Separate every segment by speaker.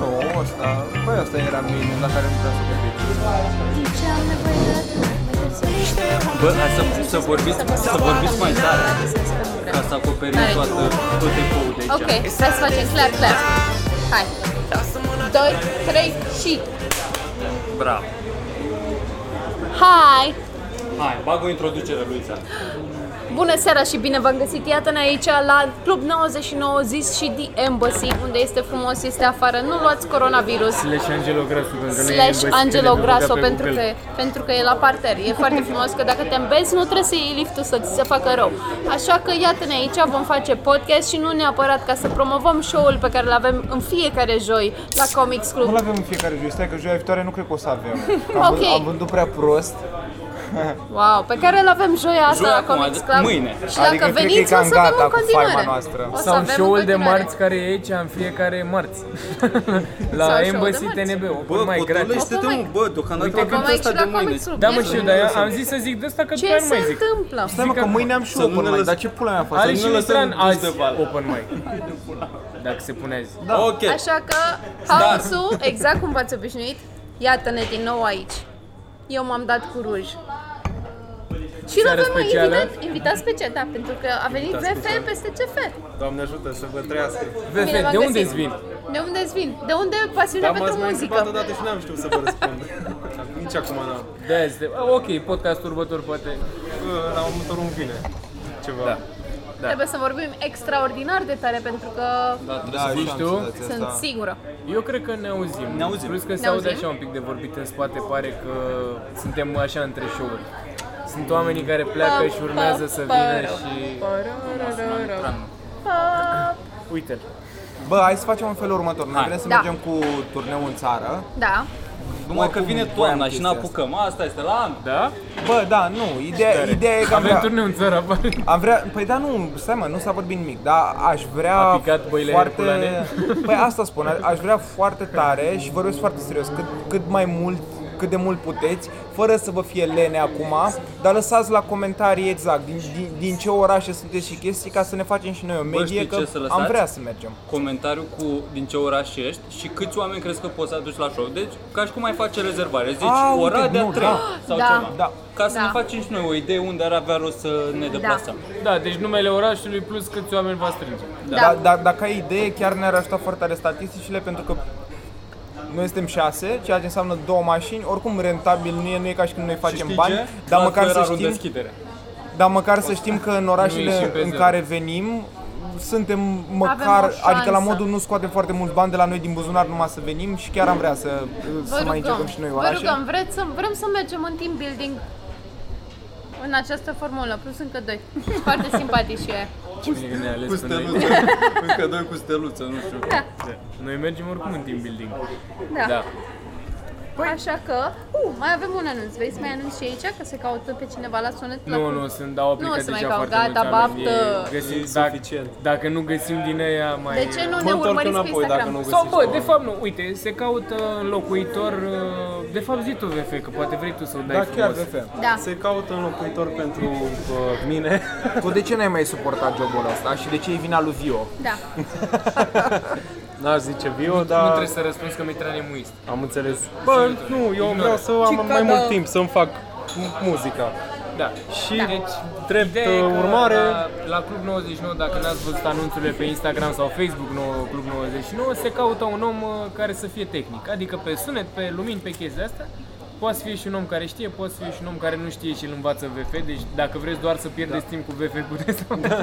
Speaker 1: Nu, ăsta, băi, ăsta era mine la care nu vreau să privit.
Speaker 2: De ce am nevoie de atât?
Speaker 3: Bă, hai să, să, vorbiți, să vorbiți mai tare ca să acoperim toată, tot ecoul de aici.
Speaker 4: Ok, hai să facem clap, clap. Hai. 2, 3 și...
Speaker 3: Bravo.
Speaker 4: Hai!
Speaker 3: Hai, bag o introducere, Luița.
Speaker 4: Bună seara și bine v-am găsit! Iată-ne aici la Club 99 zis și The Embassy, unde este frumos, este afară. Nu luați coronavirus.
Speaker 5: Slash Angelo Grasso pentru noi
Speaker 4: Slash Angelo Grasso pentru
Speaker 5: că...
Speaker 4: că, pentru că e la parter. E foarte frumos că dacă te îmbezi nu trebuie să iei liftul să ți se facă rău. Așa că iată-ne aici, vom face podcast și nu neapărat ca să promovăm show-ul pe care îl avem în fiecare joi la Comics Club.
Speaker 1: Nu-l avem în fiecare joi, stai că joia viitoare nu cred că o să avem. Că Am,
Speaker 4: Ok.
Speaker 1: vând- am vândut prea prost.
Speaker 4: Wow, pe care îl avem joia asta
Speaker 3: Joia
Speaker 4: la
Speaker 3: acum,
Speaker 4: Comics
Speaker 3: adică
Speaker 4: Club.
Speaker 3: mâine.
Speaker 4: Și dacă
Speaker 1: Adică cred că e
Speaker 4: veniți,
Speaker 1: cam
Speaker 4: o să avem
Speaker 1: gata
Speaker 4: în
Speaker 1: cu
Speaker 4: continuare.
Speaker 1: faima noastră.
Speaker 4: O să
Speaker 5: Sau
Speaker 4: avem
Speaker 5: show-ul
Speaker 4: în
Speaker 5: de
Speaker 4: continuare.
Speaker 5: marți care e aici în fiecare marți
Speaker 4: Sau
Speaker 5: La
Speaker 4: show-ul de
Speaker 5: Embassy
Speaker 4: marți.
Speaker 5: TNB,
Speaker 3: Bă,
Speaker 5: open mai gratis
Speaker 3: potolește-te, mă, bă, deocamdată
Speaker 5: Uite că
Speaker 3: avem
Speaker 4: Vom aici
Speaker 3: ăsta de
Speaker 4: la
Speaker 3: mâine.
Speaker 4: Comics Club.
Speaker 5: Da
Speaker 4: ia
Speaker 5: mă
Speaker 4: să
Speaker 5: știu,
Speaker 4: vedem.
Speaker 5: dar eu am zis să zic de asta că după
Speaker 4: Ce
Speaker 5: aia nu
Speaker 4: se
Speaker 5: mai zic
Speaker 4: întâmplă?
Speaker 1: Stai mă, că
Speaker 5: că-
Speaker 1: mâine am și
Speaker 3: să nu
Speaker 1: open
Speaker 3: ne
Speaker 1: mic,
Speaker 3: lăs-
Speaker 1: dar ce pula mea faci?
Speaker 5: Ale
Speaker 3: nu
Speaker 5: și
Speaker 3: ne lăsăm
Speaker 5: Mitran
Speaker 3: dus
Speaker 5: azi
Speaker 3: de val.
Speaker 5: open mic Dacă se pune azi
Speaker 3: Ok,
Speaker 4: Așa că haosul, exact cum v-ați obișnuit, iată-ne din nou aici. Eu m-am dat cu ruj. Și
Speaker 5: Seară
Speaker 4: l-avem
Speaker 5: specială.
Speaker 4: invitat, invitat special, da, pentru că a venit VF peste CF.
Speaker 6: Doamne ajută să vă trăiască.
Speaker 4: Bine v-am
Speaker 5: VF, de unde
Speaker 4: găsit.
Speaker 5: îți vin?
Speaker 4: De unde îți vin? De unde pasiunea
Speaker 1: Da,
Speaker 6: Dar m-ați
Speaker 4: pentru
Speaker 6: mai întrebat
Speaker 4: muzică?
Speaker 6: odată și n-am știut să vă răspund. Nici acum n-am.
Speaker 5: De Da, azi, de... ok, podcast următor poate
Speaker 6: Bă, La următorul îmi vine ceva.
Speaker 5: Da.
Speaker 4: Trebuie să vorbim extraordinar de tare pentru că
Speaker 1: Da,
Speaker 5: zici
Speaker 1: știam
Speaker 5: tu?
Speaker 1: senzația
Speaker 4: sunt
Speaker 1: asta.
Speaker 4: sigură.
Speaker 5: Eu cred că ne auzim.
Speaker 3: Ne auzim.
Speaker 5: Plus că se
Speaker 4: Ne
Speaker 5: aude
Speaker 4: auzim?
Speaker 5: așa un pic de vorbit în spate, pare că suntem așa între show-uri. Sunt oamenii care pleacă și urmează să vină și... Uite-l.
Speaker 1: Bă, hai să facem în felul următor. Noi
Speaker 3: Hai.
Speaker 1: vrem să
Speaker 4: Da.
Speaker 1: mergem cu turneul în țară.
Speaker 4: Da,
Speaker 3: numai că
Speaker 1: Oricum,
Speaker 3: vine
Speaker 1: voiam
Speaker 3: toamna și
Speaker 1: chestia
Speaker 3: n-apucăm. Asta este la an.
Speaker 5: Da?
Speaker 1: Bă, da, nu, ideea, ideea e că am
Speaker 5: Avem
Speaker 1: vrea,
Speaker 5: turneu în țară, apare.
Speaker 1: am vrea, păi da, nu, stai mă, nu s-a vorbit nimic, dar aș vrea
Speaker 5: A picat băile
Speaker 1: foarte,
Speaker 5: Herculane?
Speaker 1: păi asta spun, a- aș vrea foarte tare și vorbesc foarte serios, cât, cât mai mult, cât de mult puteți, fără să vă fie lene acum, dar lăsați la comentarii exact din, din, din ce orașe sunteți și chestii ca să ne facem și noi o medie,
Speaker 3: știi
Speaker 1: că
Speaker 3: ce să lăsați?
Speaker 1: am vrea să mergem.
Speaker 3: comentariu cu din ce oraș ești și câți oameni crezi că poți să aduci la show. Deci, ca și cum ai face rezervare. Zici
Speaker 1: A, uite,
Speaker 3: Oradea
Speaker 1: nu,
Speaker 3: 3
Speaker 1: da.
Speaker 3: sau
Speaker 4: Da.
Speaker 3: ceva.
Speaker 1: Da.
Speaker 3: Ca să
Speaker 4: Da.
Speaker 3: ne facem și noi o idee unde ar avea rost să ne deplasăm.
Speaker 5: Da, deci numele orașului plus câți oameni va strânge.
Speaker 1: Da.
Speaker 4: Da.
Speaker 1: Dar dacă ai idee, chiar ne-ar ajuta foarte tare statisticile, pentru că noi suntem șase, ceea ce înseamnă două mașini, oricum rentabil nu e, nu e ca și când noi facem
Speaker 3: știi
Speaker 1: bani,
Speaker 3: ce?
Speaker 1: dar
Speaker 3: La
Speaker 1: măcar, să
Speaker 3: Ferrarul
Speaker 1: știm,
Speaker 3: deschidere.
Speaker 1: dar măcar să știm că în
Speaker 5: ieșim
Speaker 1: orașele
Speaker 5: pe
Speaker 1: în
Speaker 5: zero.
Speaker 1: care venim, suntem
Speaker 4: Avem
Speaker 1: măcar,
Speaker 4: o
Speaker 1: adică la
Speaker 4: șansă.
Speaker 1: modul nu scoatem foarte mulți bani de la noi din buzunar numai să venim și chiar am vrea să, să mai încercăm și noi
Speaker 4: vă
Speaker 1: orașe.
Speaker 4: rugăm, vreți să, vrem să mergem în team building în această formulă, plus încă doi. Foarte simpatici și ei.
Speaker 5: Ce bine că ne-ai
Speaker 6: Cu
Speaker 5: ales pe noi.
Speaker 6: steluță. Încă doi cu steluță, nu știu.
Speaker 5: Noi mergem oricum în team building.
Speaker 4: Da. Păi-
Speaker 5: Da.
Speaker 4: Așa că, uh, mai avem un anunț. Vrei să mai anunț și aici? Că se caută pe cineva la sunet? la
Speaker 5: Nu, nu, sunt, au
Speaker 4: Nu o
Speaker 5: aplicat
Speaker 4: să mai
Speaker 5: deja
Speaker 4: caut,
Speaker 5: foarte
Speaker 4: gata,
Speaker 5: mulți oameni.
Speaker 4: baftă.
Speaker 5: E- găsim-
Speaker 6: E
Speaker 5: dacă-
Speaker 6: suficient.
Speaker 5: Dacă nu găsim din aia, mai...
Speaker 4: De ce nu
Speaker 6: Mă
Speaker 4: ne
Speaker 6: întorc
Speaker 4: urmăriți pe
Speaker 6: înapoi
Speaker 4: Instagram?
Speaker 6: dacă nu
Speaker 5: Sau
Speaker 6: găsiți.
Speaker 5: bă, de fapt nu, uite, se caută înlocuitor, uh, de fapt zi tu VF, că poate vrei tu să o dai
Speaker 1: Da, chiar
Speaker 5: frumos.
Speaker 1: de
Speaker 4: Da.
Speaker 6: Se caută înlocuitor pentru uh, mine.
Speaker 1: Tu de ce n-ai mai suportat jobul ăsta și de ce e vina lui Vio?
Speaker 4: Da.
Speaker 6: N-aș zice bio,
Speaker 1: Da.
Speaker 5: Nu
Speaker 6: dar
Speaker 5: trebuie să răspunzi că Mitran e muist.
Speaker 6: am înțeles. Bă, nu, eu vreau să am mai mult timp să-mi fac mu- muzica.
Speaker 5: Da.
Speaker 6: Și
Speaker 5: Deci,
Speaker 6: drept
Speaker 5: ideea e
Speaker 6: uh,
Speaker 5: că
Speaker 6: urmare,
Speaker 5: La, la Club 99, dacă n-ați văzut anunțurile pe Instagram sau Facebook nou, Club 99, se caută un om uh, care să fie tehnic. Adică pe sunet, pe lumini, pe chestia asta, poate să fie și un om care știe, poate să fie și un om care nu știe și îl învață VF. Deci dacă vreți doar să pierdeți timp cu VF, puteți să Da.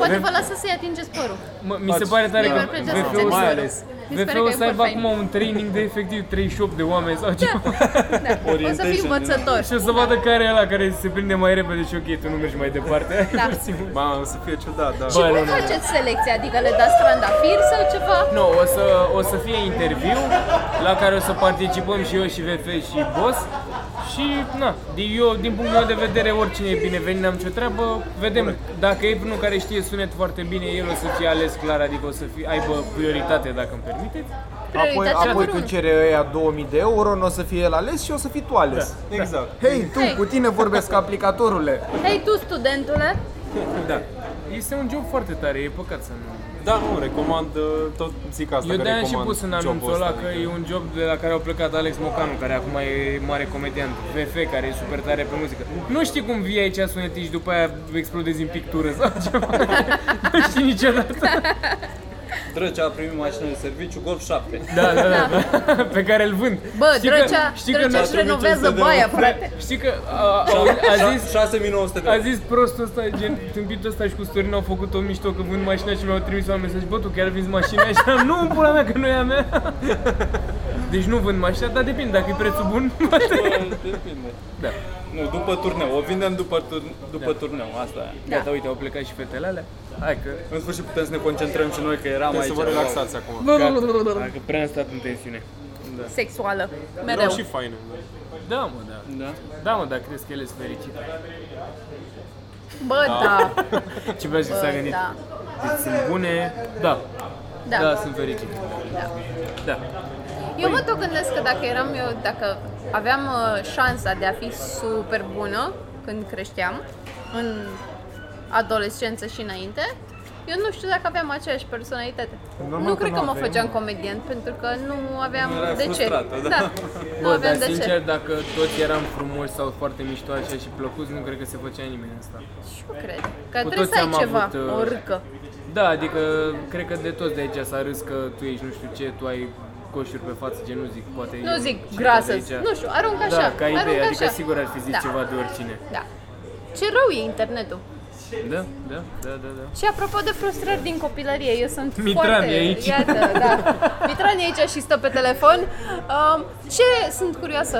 Speaker 4: Poate vă lasă să-i atingeți părul. Da.
Speaker 5: Mă, mi se pare tare
Speaker 4: Mi-ar
Speaker 5: că
Speaker 4: plăcea să
Speaker 5: VF-ul
Speaker 4: înțeleg
Speaker 5: mai
Speaker 4: părul.
Speaker 5: ales.
Speaker 4: Mi se pare
Speaker 5: VF-ul o
Speaker 4: că e
Speaker 5: să aibă
Speaker 4: foarte
Speaker 5: acum un training de efectiv 38 de oameni sau ceva.
Speaker 4: fain. O să fii învățător.
Speaker 5: Și o să vadă care e ăla care se prinde mai repede și ok, tu nu mergi mai departe.
Speaker 4: Da.
Speaker 6: Mamă, o să fie ciudat, da.
Speaker 5: Bă,
Speaker 4: Cum faceți selecția? Adică le dați trandafiri sau ceva?
Speaker 5: Nu, o să, o să fie interviu la care o să participăm și eu și VF și Boss. Și, na, din- eu, din punctul meu de vedere, oricine e binevenit, n-am nicio treabă. Vedem dacă e unul care știe sunet foarte bine, el o să fie ales clar, adică o să fie, aibă prioritate, dacă îmi permiteți.
Speaker 1: Apoi,
Speaker 4: Prioritatea
Speaker 1: apoi
Speaker 4: numărul
Speaker 1: când
Speaker 4: unu.
Speaker 1: cere ăia 2000 de euro, nu o să fie el ales și o să fii tu ales.
Speaker 6: Exact.
Speaker 1: Da, Hei, tu,
Speaker 4: Hei.
Speaker 1: cu tine vorbesc aplicatorule.
Speaker 4: Hei tu, studentule!
Speaker 5: Da. Este un job foarte tare, e păcat să nu...
Speaker 6: Da, nu, recomand, uh, tot zic asta
Speaker 5: Eu
Speaker 6: că
Speaker 5: de-aia am
Speaker 6: recomand
Speaker 5: și pus în anunțul
Speaker 6: jobul ăsta, adică-
Speaker 5: ăla că e un job de la care au plecat Alex Mocanu, care acum e mare comediant, VF, care e super tare pe muzică. Nu știi cum vii aici sunetici, după aia explodezi în pictură sau ceva. nu știi niciodată.
Speaker 3: Drăgea a primit mașină de serviciu, Golf 7.
Speaker 5: Da, da, da, da. pe care îl vând.
Speaker 7: Bă,
Speaker 5: Știi că-
Speaker 7: Drăcea,
Speaker 5: știi că
Speaker 7: Drăcea
Speaker 5: mi-a
Speaker 7: își
Speaker 5: trimis un
Speaker 7: renovează
Speaker 5: CD.
Speaker 7: baia, frate.
Speaker 5: Știi că a, a, a zis
Speaker 3: 6900 de
Speaker 5: a
Speaker 3: euro.
Speaker 5: zis prostul ăsta, gen, tâmpitul ăsta și cu Sorin au făcut o mișto că vând mașina și mi-au trimis un mesaj, bă, tu chiar vinzi mașina? Și am, nu, în pula mea, că nu e a mea. Deci nu vând mașina, dar depinde, dacă e prețul bun,
Speaker 3: Depinde.
Speaker 5: Da.
Speaker 3: Nu, după turneu. O vindem după, turn- după turneu, asta e.
Speaker 4: Da.
Speaker 5: Gata, uite, au plecat și fetele alea. Hai că...
Speaker 3: În sfârșit putem să ne concentrăm și noi că eram
Speaker 6: Trebuie
Speaker 3: aici.
Speaker 6: să vă relaxați acum.
Speaker 5: Dacă prea am stat în tensiune.
Speaker 7: Sexuală.
Speaker 6: Erau
Speaker 4: mereu.
Speaker 6: și faine.
Speaker 5: Da, mă, da.
Speaker 3: Da?
Speaker 5: Da, mă, da, crezi că el e fericit.
Speaker 7: Bă, da.
Speaker 5: Ce vezi ce s-a
Speaker 7: Bă,
Speaker 5: gândit?
Speaker 7: da.
Speaker 5: Deci sunt bune, da.
Speaker 7: Da.
Speaker 5: da sunt fericit.
Speaker 7: Da.
Speaker 5: Da.
Speaker 4: Eu mă tot gândesc că dacă eram eu, dacă aveam uh, șansa de a fi super bună când creșteam, în adolescență și înainte, eu nu știu dacă aveam aceeași personalitate.
Speaker 1: Normal
Speaker 4: nu
Speaker 1: că
Speaker 4: cred
Speaker 1: nu
Speaker 4: că mă
Speaker 1: aveai.
Speaker 4: făceam comedian, pentru că nu aveam
Speaker 3: erai
Speaker 4: de ce.
Speaker 3: frustrată, da.
Speaker 4: nu
Speaker 5: Bă,
Speaker 4: aveam
Speaker 5: dar
Speaker 4: de
Speaker 5: sincer,
Speaker 4: ce.
Speaker 5: dacă toți eram frumoși sau foarte mișto așa și plăcuți, nu cred că se făcea nimeni asta.
Speaker 4: Și eu cred că trebuie
Speaker 5: toți
Speaker 4: să ai
Speaker 5: am
Speaker 4: ceva,
Speaker 5: avut, uh,
Speaker 4: o râcă.
Speaker 5: Da, adică cred că de toți de aici s-a râs că tu ești nu știu ce, tu ai coșuri pe față, gen nu zic, poate
Speaker 4: Nu
Speaker 5: eu,
Speaker 4: zic
Speaker 5: și
Speaker 4: grasă,
Speaker 5: toți de aici.
Speaker 4: nu știu, arunc așa,
Speaker 5: Da, ca
Speaker 4: arunc
Speaker 5: idee,
Speaker 4: așa.
Speaker 5: adică sigur ar fi zis
Speaker 4: da.
Speaker 5: ceva de oricine.
Speaker 4: Da. Ce rău e internetul.
Speaker 5: Da, da, da, da, da.
Speaker 4: Și apropo de frustrări din copilărie, eu sunt
Speaker 5: Mitran
Speaker 4: foarte...
Speaker 5: e aici.
Speaker 4: Iată, da. Mitran e aici și stă pe telefon. Um, ce sunt curioasă?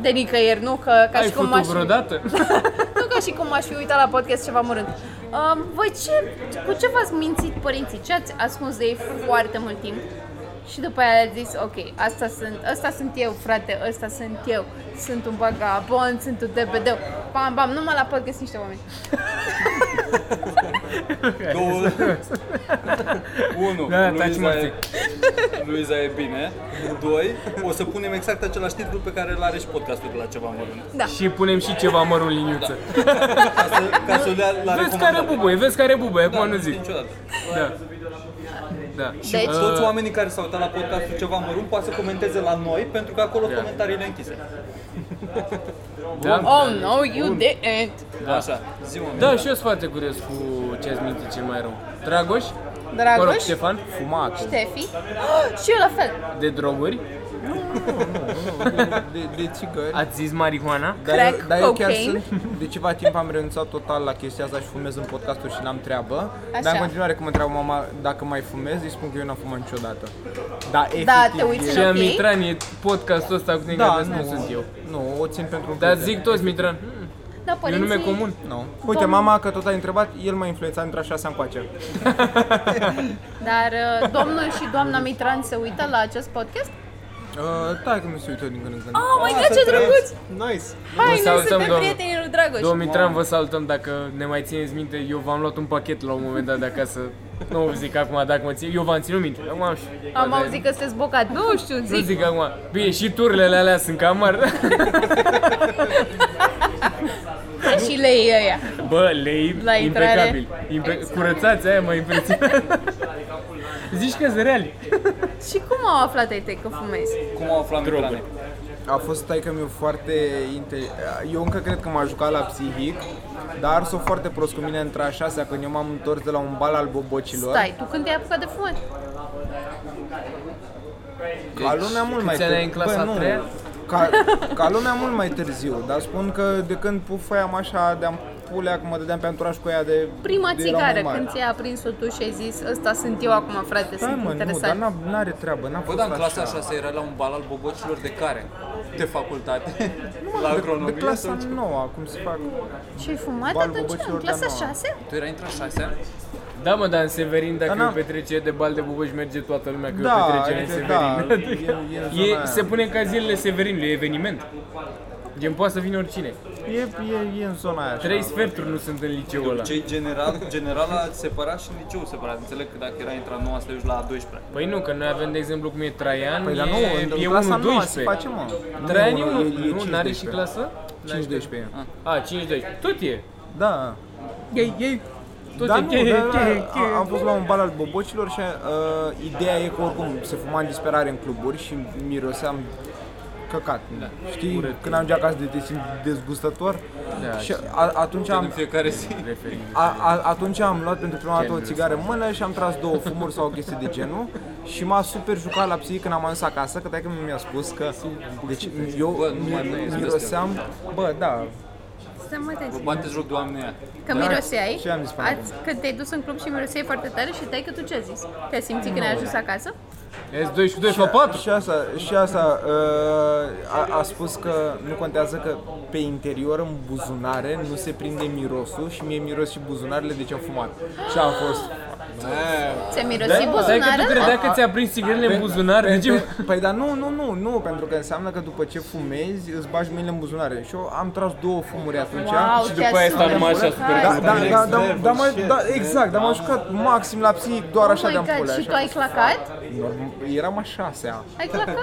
Speaker 4: De nicăieri, nu? Că, ca
Speaker 5: Ai
Speaker 4: și cum
Speaker 5: făcut
Speaker 4: aș...
Speaker 5: vreodată?
Speaker 4: nu ca și cum aș fi uitat la podcast ceva mărânt. Um, voi ce, cu ce v-ați mințit părinții? Ce ați ascuns de ei foarte mult timp? Și după aia le-ați zis, ok, asta sunt, asta sunt eu, frate, asta sunt eu, sunt un vagabond, sunt un dbd Bam, bam, numai la podcast niște oameni.
Speaker 3: Două. Unu.
Speaker 5: Da, taci
Speaker 3: Luiza, e,
Speaker 5: morții.
Speaker 3: Luiza e bine. Doi. O să punem exact același titlu pe care îl are și podcastul de la ceva mărunt.
Speaker 5: Și punem și ceva mărul liniuță.
Speaker 3: Ca să, ca să le la
Speaker 5: Vezi care bubuie, vezi care bubuie, acum nu zic.
Speaker 3: Niciodată.
Speaker 5: Da. Da.
Speaker 4: Deci-
Speaker 3: Și toți oamenii care s-au uitat la podcastul ceva mărunt poate să comenteze la noi pentru că acolo comentariile închise.
Speaker 5: Da.
Speaker 4: Oh, no, you didn't.
Speaker 3: Așa. Zi oameni.
Speaker 5: Da, și eu sunt foarte curios cu ce ați mintit cel mai rău. Dragoș? Mă rog,
Speaker 4: Dragoș,
Speaker 5: Ștefan?
Speaker 1: Fumat.
Speaker 4: Tefi oh, și eu la fel.
Speaker 5: De droguri?
Speaker 1: De, de țigări.
Speaker 5: Ați zis marihuana?
Speaker 1: Dar eu,
Speaker 4: Crack
Speaker 1: dar eu chiar
Speaker 4: cocaine.
Speaker 1: sunt, de ceva timp am renunțat total la chestia asta și fumez în podcasturi și n-am treabă. Așa.
Speaker 4: Așa.
Speaker 1: Dar în continuare când mă întreabă mama dacă mai fumez, îi spun că eu n-am fumat niciodată. Da, efectiv.
Speaker 4: Da, te uiți
Speaker 1: e-
Speaker 5: Și
Speaker 4: Ok.
Speaker 5: am Mitran, e podcastul ăsta cu tine
Speaker 1: Da,
Speaker 5: că nu sunt eu.
Speaker 1: Nu, o țin pentru
Speaker 5: Dar
Speaker 1: prieteni.
Speaker 5: zic toți Mitran,
Speaker 4: Da,
Speaker 5: e un
Speaker 4: părinții...
Speaker 5: nume comun.
Speaker 1: Nu. Uite, mama, că tot ai întrebat, el m-a influențat între a șasea încoace.
Speaker 4: Dar uh, domnul și doamna Mitran se uită la acest podcast?
Speaker 1: Uh, da, că mi se uită din când în când.
Speaker 5: Ah,
Speaker 4: Oh my god, ce drăguț!
Speaker 6: Nice!
Speaker 4: Hai,
Speaker 5: Vă
Speaker 4: noi
Speaker 5: salutăm,
Speaker 4: suntem
Speaker 5: domnul.
Speaker 4: prietenii lui Dragoș.
Speaker 1: Deci,
Speaker 5: Domnul Mitran, vă salutăm dacă ne mai țineți minte. Eu v-am luat un pachet la un moment dat de acasă. Nu o zic acum dacă mă țin. Eu v-am ținut minte. Acum am știu.
Speaker 4: Am
Speaker 5: Poate-
Speaker 4: auzit că sunteți bocat. Nu știu,
Speaker 5: Nu
Speaker 4: zic.
Speaker 5: zic acum. Bine, și tururile alea sunt cam mari.
Speaker 4: Și lei ăia.
Speaker 5: Bă, lei
Speaker 4: La intrare. Exact.
Speaker 5: impecabil. Impe- curățați aia mă impresionează. Zici că sunt reali.
Speaker 4: Și cum au aflat ai tăi că fumezi?
Speaker 3: Cum au aflat Mitrane?
Speaker 1: A fost taică mi foarte inte- Eu încă cred că m-a jucat la psihic, dar sunt foarte prost cu mine între a șasea când eu m-am întors de la un bal al bobocilor.
Speaker 4: Stai, tu când te-ai apucat de fumat?
Speaker 1: Ca
Speaker 4: deci
Speaker 1: lumea mult mai
Speaker 5: câți ani ai în clasa
Speaker 1: Bă,
Speaker 5: a
Speaker 1: nu.
Speaker 5: treia?
Speaker 1: Ca, ca lumea mult mai târziu, dar spun că de când pufăiam așa, de-am pulea, că mă dădeam pe anturaj cu ea de...
Speaker 4: Prima
Speaker 1: de eram mai
Speaker 4: țigară,
Speaker 1: mare.
Speaker 4: când ți-ai aprins-o tu și ai zis, ăsta sunt eu acum, frate,
Speaker 1: Da,
Speaker 4: sunt
Speaker 1: mă, nu, dar
Speaker 4: interesat.
Speaker 1: n-a- n-are treabă, n-a
Speaker 3: Bă,
Speaker 1: fost
Speaker 3: dar în clasa
Speaker 1: așa.
Speaker 3: 6 era la un bal al bobocilor de care? De facultate? la
Speaker 1: De
Speaker 3: agronomie?
Speaker 1: clasa
Speaker 3: sau ce?
Speaker 1: nouă, cum se fac?
Speaker 4: Și ai fumat
Speaker 1: Balul
Speaker 4: atunci, în
Speaker 1: băcilor de-a
Speaker 4: clasa
Speaker 1: noua.
Speaker 4: 6?
Speaker 3: Tu erai intra 6
Speaker 5: Da, mă, dar în Severin, dacă
Speaker 1: Dar
Speaker 5: e o
Speaker 1: n-am-
Speaker 5: petrecere de bal de bubuși, merge toată lumea că e o
Speaker 1: Da,
Speaker 5: petrecere în
Speaker 1: adică,
Speaker 5: Severin.
Speaker 1: da, e, e, în zona aia.
Speaker 5: E, se pune ca zilele Severinului, e eveniment. Gen, poate să vină oricine.
Speaker 1: E, e, e în zona aia. așa.
Speaker 5: Trei sferturi nu sunt în liceul ăla.
Speaker 3: Cei general, generala separat și liceu separat. Înțeleg că dacă era intra 9 să te duci la a 12
Speaker 5: Păi nu, că noi avem, de exemplu, cum e Traian,
Speaker 1: Păi,
Speaker 5: e,
Speaker 1: dar nu, în-
Speaker 5: e
Speaker 1: în
Speaker 5: 1
Speaker 1: clasa nouă se
Speaker 5: 12.
Speaker 1: face, mă.
Speaker 5: Traian e
Speaker 1: Nu,
Speaker 5: 1,
Speaker 1: e- Ah. e
Speaker 5: nu, n-are și
Speaker 1: 5-12.
Speaker 5: clasă?
Speaker 1: 5-12 e.
Speaker 5: A, 5 12. Tot e.
Speaker 1: Da.
Speaker 5: Ei, ei. Tot
Speaker 1: Dar
Speaker 5: ce
Speaker 1: da, nu,
Speaker 5: cheie,
Speaker 1: dar,
Speaker 5: cheie,
Speaker 1: a-
Speaker 5: cheie.
Speaker 1: am fost la un bal al bobocilor și uh, ideea e că oricum se fuma în disperare în cluburi și miroseam căcat. Știi, când ajungi acasă de te simți dezgustător Da, și a, atunci
Speaker 3: În
Speaker 1: am,
Speaker 3: fiecare zi.
Speaker 1: a, a, atunci am luat pentru prima dată o țigară în mână și am tras două fumuri sau o chestie de genul și m-a super jucat la psihic când am ajuns acasă, că dacă mi-a spus că deci eu
Speaker 3: Bă, nu mai
Speaker 1: mi-
Speaker 3: tăiesc
Speaker 1: miroseam, bă, da,
Speaker 7: Să mă
Speaker 3: Vă
Speaker 7: tăi.
Speaker 3: bateți joc, doamne aia.
Speaker 7: Că miroseai,
Speaker 1: Ce Da. am zis până
Speaker 7: ați, când te-ai dus în club și miroseai foarte tare și tăi că tu ce ai zis? Te-ai simțit când ai ajuns acasă?
Speaker 5: Ești 2 și 2 sau 4?
Speaker 1: Și asta, și asta uh, a, a spus că nu contează că pe interior, în buzunare, nu se prinde mirosul și mie miros și buzunarele, deci am fumat. Și am fost...
Speaker 7: Ți-ai mirosit
Speaker 5: Stai că tu
Speaker 7: buzunarele?
Speaker 5: credeai că ți-a prins țigrele în buzunar,
Speaker 1: Pe-
Speaker 5: deci...
Speaker 1: pe- Păi dar nu, nu, nu, nu, pentru că înseamnă că după ce fumezi, îți bagi mâinile în buzunare. Și eu am tras două fumuri atunci.
Speaker 7: Wow,
Speaker 1: și
Speaker 7: te asumi.
Speaker 1: da, da, da, da, da, m-a- da, exact, dar m-am jucat maxim la psihic doar
Speaker 7: Oh
Speaker 1: așa
Speaker 7: my
Speaker 1: de-am
Speaker 7: god,
Speaker 1: pulea.
Speaker 7: și
Speaker 1: așa. Da.
Speaker 7: tu ai clacat?
Speaker 1: Norm- Eram a șasea.
Speaker 7: Ai clacat?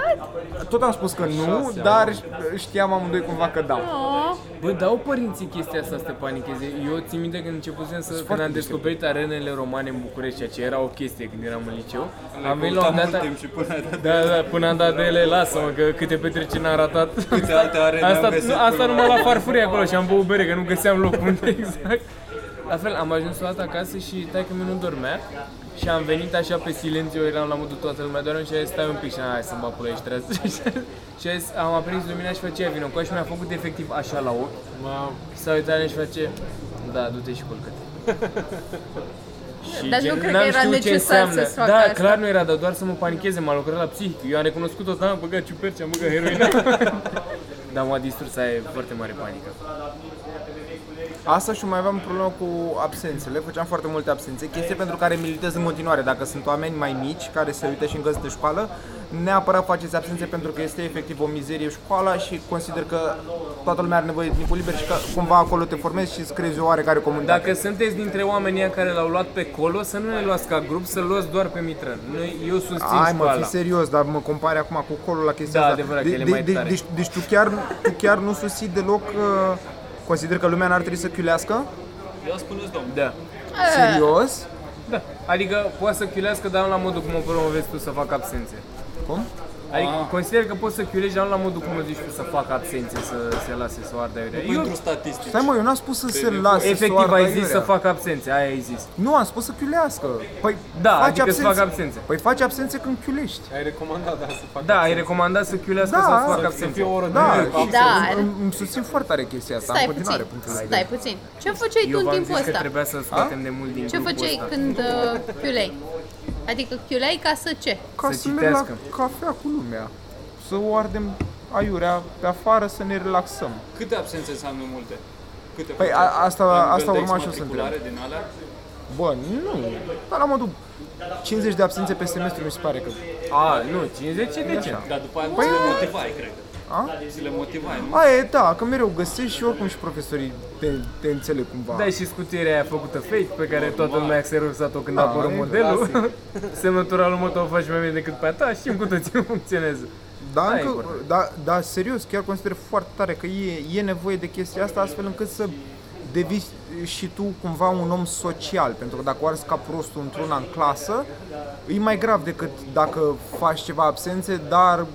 Speaker 1: Tot am spus că nu, dar știam amândoi cumva că da.
Speaker 7: Oh,
Speaker 5: Bă, dau părinții chestia asta să te panicheze. Eu țin minte când începusem să, când
Speaker 1: foarte
Speaker 5: am descoperit arenele romane în București, ceea ce era o chestie când eram în liceu. Am venit la
Speaker 3: Căutam
Speaker 5: un
Speaker 3: mult
Speaker 5: dat...
Speaker 3: timp și până ai dat
Speaker 5: Da, da, până am dat de ele, lasă-mă, că câte petreceri n-am ratat.
Speaker 3: câte alte arene
Speaker 5: Asta,
Speaker 3: am găsit.
Speaker 5: nu, asta
Speaker 3: până-
Speaker 5: numai la farfurie acolo și am băut bere, că nu găseam loc unde exact. La fel, am ajuns o dată acasă și tai că nu dormea și am venit așa pe silențiu, eram la modul toată lumea doarme și a zis, stai un pic și am zis, hai să-mi bat pula, ești treaz. și a zis, am aprins lumina și făcea vină cu ea și mi-a făcut efectiv așa la ochi. S-a uitat la mine și face, da, du-te și culcă-te. Și
Speaker 7: Dar nu
Speaker 5: gen,
Speaker 7: cred că
Speaker 5: n-am
Speaker 7: era
Speaker 5: știut ce
Speaker 7: necesar
Speaker 5: înseamnă.
Speaker 7: să-ți facă
Speaker 5: Da,
Speaker 7: asta.
Speaker 5: clar nu era, dar doar să mă panicheze, m-a lucrat la psihic. Eu am recunoscut-o, da, am băgat ciuperci, am băgat heroină. dar Da, m-a distrus, aia e foarte mare panică.
Speaker 1: Asta și mai aveam problemă cu absențele, făceam foarte multe absențe, chestie pentru care militez în continuare. Dacă sunt oameni mai mici care se uită și în găzi de școală, neapărat faceți absențe pentru că este efectiv o mizerie școala și consider că toată lumea are nevoie de timpul liber și că cumva acolo te formezi și îți creezi o oarecare comunitate.
Speaker 5: Dacă sunteți dintre oamenii ăia care l-au luat pe colo, să nu ne luați ca grup, să luați doar pe Mitran. Noi, eu susțin
Speaker 1: Hai mă,
Speaker 5: școala.
Speaker 1: fii serios, dar mă compari acum cu colul la chestia
Speaker 5: Da,
Speaker 1: asta.
Speaker 5: adevărat că
Speaker 1: De-
Speaker 5: el e
Speaker 1: de-
Speaker 5: mai
Speaker 1: de-
Speaker 5: tare.
Speaker 1: Deci, deci tu, chiar, tu chiar nu susții deloc, uh, consider că lumea n-ar trebui să chiulească?
Speaker 3: Ia spuneți, domnule.
Speaker 5: Da.
Speaker 7: Eh.
Speaker 1: Serios?
Speaker 5: Da. Adică poate să chiulească, dar nu la modul cum o promovezi tu să fac absențe.
Speaker 1: Cum?
Speaker 5: Adică consider că poți să chiulești, dar nu la modul cum o zici tu să fac absențe, să se lase să o ardă aiurea.
Speaker 8: Păi
Speaker 5: Eu
Speaker 3: Pentru statistici.
Speaker 1: Stai mă, eu n-am spus să se lase să
Speaker 5: efectiv
Speaker 1: arde
Speaker 5: ai zis
Speaker 1: aiurea.
Speaker 5: să fac absențe, aia ai zis.
Speaker 1: Nu, am spus să chiulească. Păi
Speaker 5: Da,
Speaker 1: faci
Speaker 5: adică să
Speaker 1: absențe.
Speaker 5: fac absențe.
Speaker 1: Păi faci absențe când chiulești.
Speaker 6: Ai recomandat, da, să fac.
Speaker 5: Da, ai recomandat să chiulească
Speaker 1: Da.
Speaker 5: sau să fac
Speaker 1: Să
Speaker 5: absențe.
Speaker 6: oră
Speaker 1: Da, și
Speaker 7: Dar-
Speaker 1: îmi, îmi, îmi susțin foarte tare chestia asta.
Speaker 7: stai
Speaker 1: în continuare,
Speaker 7: puțin,
Speaker 1: punctul da. de
Speaker 7: stai puțin. Ce făceai tu
Speaker 5: Eu
Speaker 7: în
Speaker 5: v-am
Speaker 7: timpul
Speaker 5: zis că
Speaker 7: ăsta?
Speaker 5: trebuia să scoatem de mult din
Speaker 7: Ce
Speaker 5: grupul
Speaker 7: făceai
Speaker 5: ăsta.
Speaker 7: când uh, chiulei? Adică chiulei ca să ce?
Speaker 1: Ca
Speaker 5: Să
Speaker 1: să merg la
Speaker 5: citească.
Speaker 1: cafea cu lumea. Să o ardem aiurea pe afară, să ne relaxăm.
Speaker 3: Câte absențe înseamnă multe? Câte
Speaker 1: Păi,
Speaker 3: faceți?
Speaker 1: a- asta-
Speaker 3: La nivel
Speaker 1: asta
Speaker 3: de
Speaker 1: urma și eu să întreb.
Speaker 3: exmatriculare din alea?
Speaker 1: Bă, nu. Dar la modul 50 de absențe pe semestru mi se pare că...
Speaker 5: A, nu, 50 de ce?
Speaker 3: Dar după aia ți le motivai, cred.
Speaker 1: Păi, A?
Speaker 3: Ți le motivai, nu?
Speaker 1: Aia e, da, că mereu găsești și oricum și profesorii te, te înțeleg cumva.
Speaker 5: Da, și scutirea aia făcută fake, pe care toată lumea a exerusat-o când a apărut
Speaker 1: e
Speaker 5: modelul. Semnătura lui Moto o faci mai bine decât pe a ta, știm cu toții funcționează.
Speaker 1: Da,
Speaker 5: Da, e
Speaker 1: încă,
Speaker 5: corect.
Speaker 1: da, da, serios, chiar consider foarte tare că e, e nevoie de chestia asta astfel încât să devii și tu cumva un om social, pentru că dacă o arzi ca prostul într-una în clasă, e mai grav decât dacă faci ceva absențe, dar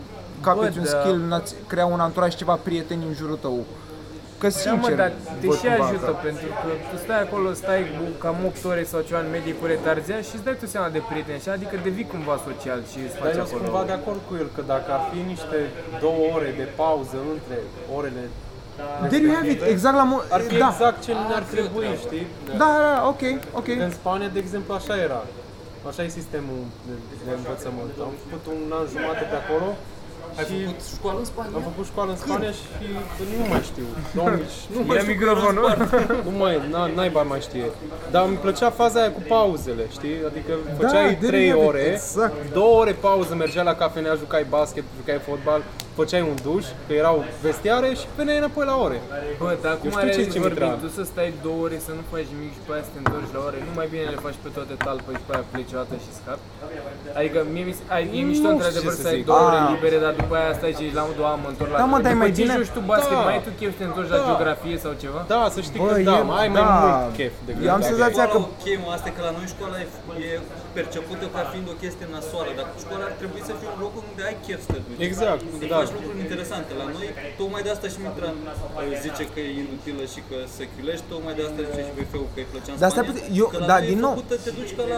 Speaker 1: capeți
Speaker 5: Bă,
Speaker 1: un
Speaker 5: da.
Speaker 1: skill, n-ați crea un anturaj, ceva prieteni în jurul tău. Că
Speaker 5: Da, mă,
Speaker 1: sincer,
Speaker 5: dar te
Speaker 1: văd
Speaker 5: și
Speaker 1: cumva
Speaker 5: ajută,
Speaker 6: da.
Speaker 1: că-
Speaker 5: pentru că tu stai acolo, stai cu cam 8 ore sau ceva în medie cu retarzia și îți dai tu seama de prieteni așa, adică devii cumva social și îți
Speaker 6: Dar
Speaker 5: faci
Speaker 6: eu sunt
Speaker 5: acolo.
Speaker 6: cumva de acord cu el că dacă ar fi niște două ore de pauză între orele
Speaker 1: There you have it, exact la mo-
Speaker 6: ar fi
Speaker 1: da.
Speaker 6: exact ce ne-ar trebui, știi?
Speaker 1: Da, da, da, ok, ok.
Speaker 6: În Spania, de exemplu, așa era. Așa e sistemul de, de învățământ. da? Am făcut un an jumate pe acolo
Speaker 3: Ai
Speaker 6: și
Speaker 3: făcut școală în Spania?
Speaker 6: am făcut școală în Spania și nu mai știu. 2000 și- nu mai
Speaker 5: Ia
Speaker 6: știu.
Speaker 5: microfonul.
Speaker 6: Nu mai, na, naiba mai știe. Dar îmi plăcea faza aia cu pauzele, știi? Adică făceai
Speaker 1: there
Speaker 6: 3
Speaker 1: you have it,
Speaker 6: ore,
Speaker 1: exact.
Speaker 6: două ore pauză, mergeai la cafenea, jucai basket, jucai fotbal, făceai un duș, că erau vestiare și veneai înapoi la ore.
Speaker 5: Bă, dar acum
Speaker 6: știu
Speaker 5: are
Speaker 6: ce-i
Speaker 5: ce vorbim,
Speaker 6: Cimitranu.
Speaker 5: tu să stai două ore să nu faci nimic și pe aia să te întorci la ore, nu mai bine le faci pe toate talpă și pe aia pleci o dată și scapi. Adică mie mi se, ai, e mișto
Speaker 6: știu
Speaker 5: într-adevăr
Speaker 6: ce să
Speaker 5: să ai
Speaker 6: zic.
Speaker 5: două ore
Speaker 1: Ah.
Speaker 5: libere, dar după aia stai și ești la un doua mă întorc la
Speaker 1: Da, mă,
Speaker 5: după
Speaker 1: dar e mai
Speaker 5: ce
Speaker 1: bine-
Speaker 5: joci tu basket,
Speaker 6: Da.
Speaker 5: mai ai tu chef să te întorci la
Speaker 6: Da.
Speaker 5: geografie sau ceva?
Speaker 6: Da, să știi
Speaker 1: Bă,
Speaker 6: că da,
Speaker 1: e-
Speaker 6: mai ai mai
Speaker 1: da.
Speaker 6: mult chef decât
Speaker 1: Eu am
Speaker 6: dacă-
Speaker 1: senzația că
Speaker 8: Școala o chemă, asta e că la noi școala e, e percepută ca fiind o chestie nasoală, dar școala ar trebui să fie un loc unde ai chef să te duci.
Speaker 6: Exact,
Speaker 8: Unde
Speaker 6: da.
Speaker 8: faci lucruri interesante. La noi, tocmai de asta și Mitran uh, zice că e inutilă și că se chiulești, tocmai de asta zice și VF-ul că îi plăcea în
Speaker 1: Dar stai
Speaker 8: Spania,
Speaker 1: puțin, eu-
Speaker 8: că la
Speaker 1: da,
Speaker 8: noi e
Speaker 1: din nou.
Speaker 8: făcută, te duci ca la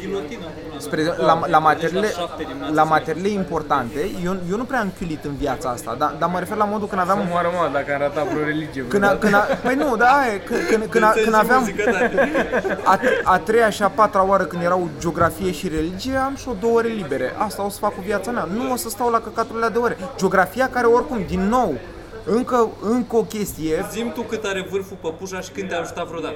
Speaker 8: ghilotină. până la
Speaker 1: Spre,
Speaker 8: noi.
Speaker 1: exemplu, la, la,
Speaker 8: Te duci
Speaker 1: materiile,
Speaker 8: șapte dimineața
Speaker 1: la
Speaker 8: să mai-
Speaker 1: materiile importante, eu, eu nu prea am chiulit în viața asta, dar, dar mă refer la modul când aveam...
Speaker 5: Nu m-a rămas dacă am ratat vreo religie
Speaker 1: Când, a,
Speaker 5: vreodată.
Speaker 1: când a, păi nu, da, aia e, când, când, când, a, când aveam
Speaker 8: da.
Speaker 1: a, a treia și a patra oară când erau geografie și religie, am și o două ore libere. Asta o să fac cu viața mea. Nu o să stau la căcaturile alea de ore. Geografia care oricum, din nou, încă, încă o chestie,
Speaker 8: Zim tu cât are vârful păpușa și când te-a ajutat vreodată.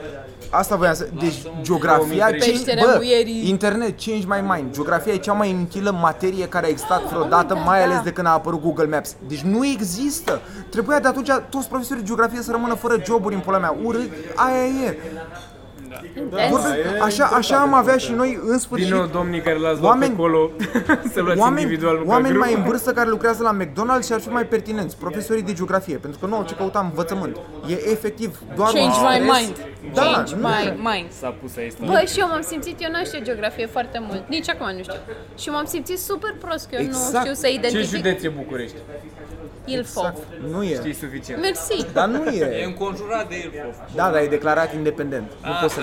Speaker 1: Asta voiam să... Deci geografia... Cinci,
Speaker 7: Peștera
Speaker 1: bă,
Speaker 7: muierii.
Speaker 1: internet, change my mind. Geografia e cea mai inutilă materie care a
Speaker 7: Ah,
Speaker 1: existat
Speaker 7: da,
Speaker 1: vreodată, mai ales de când a apărut Google Maps. Deci nu există. Trebuia de atunci toți profesorii de geografie să rămână fără joburi în pula mea. Urât, aia e. Vorbe- așa, așa am avea și noi în
Speaker 5: Din
Speaker 1: sfârșit
Speaker 5: nou, domnii care l-ați luat
Speaker 1: Oameni-
Speaker 5: pe acolo, să luați
Speaker 1: oameni,
Speaker 5: individual nu ca
Speaker 1: oameni
Speaker 5: grup.
Speaker 1: mai în vârstă care lucrează la McDonald's și ar fi mai pertinenți, profesorii de geografie, pentru că nouă ce căutam învățământ. E efectiv doar
Speaker 7: Change
Speaker 1: un
Speaker 7: my
Speaker 1: stres.
Speaker 7: mind.
Speaker 1: Da,
Speaker 7: Change
Speaker 1: nu
Speaker 7: my mind.
Speaker 5: S-a pus aici.
Speaker 4: Bă, și eu m-am simțit, eu nu știu geografie foarte mult, nici acum nu știu. Și m-am simțit super prost că eu nu
Speaker 1: Exact.
Speaker 4: știu să
Speaker 5: Ce
Speaker 4: identific
Speaker 5: județ e București?
Speaker 4: Ilfov.
Speaker 1: Nu e.
Speaker 5: E suficient.
Speaker 4: Mersi,
Speaker 1: Dar nu e.
Speaker 8: E înconjurat de Ilfov.
Speaker 1: Da, dar e declarat independent.
Speaker 8: Ah,
Speaker 1: Nu poți să...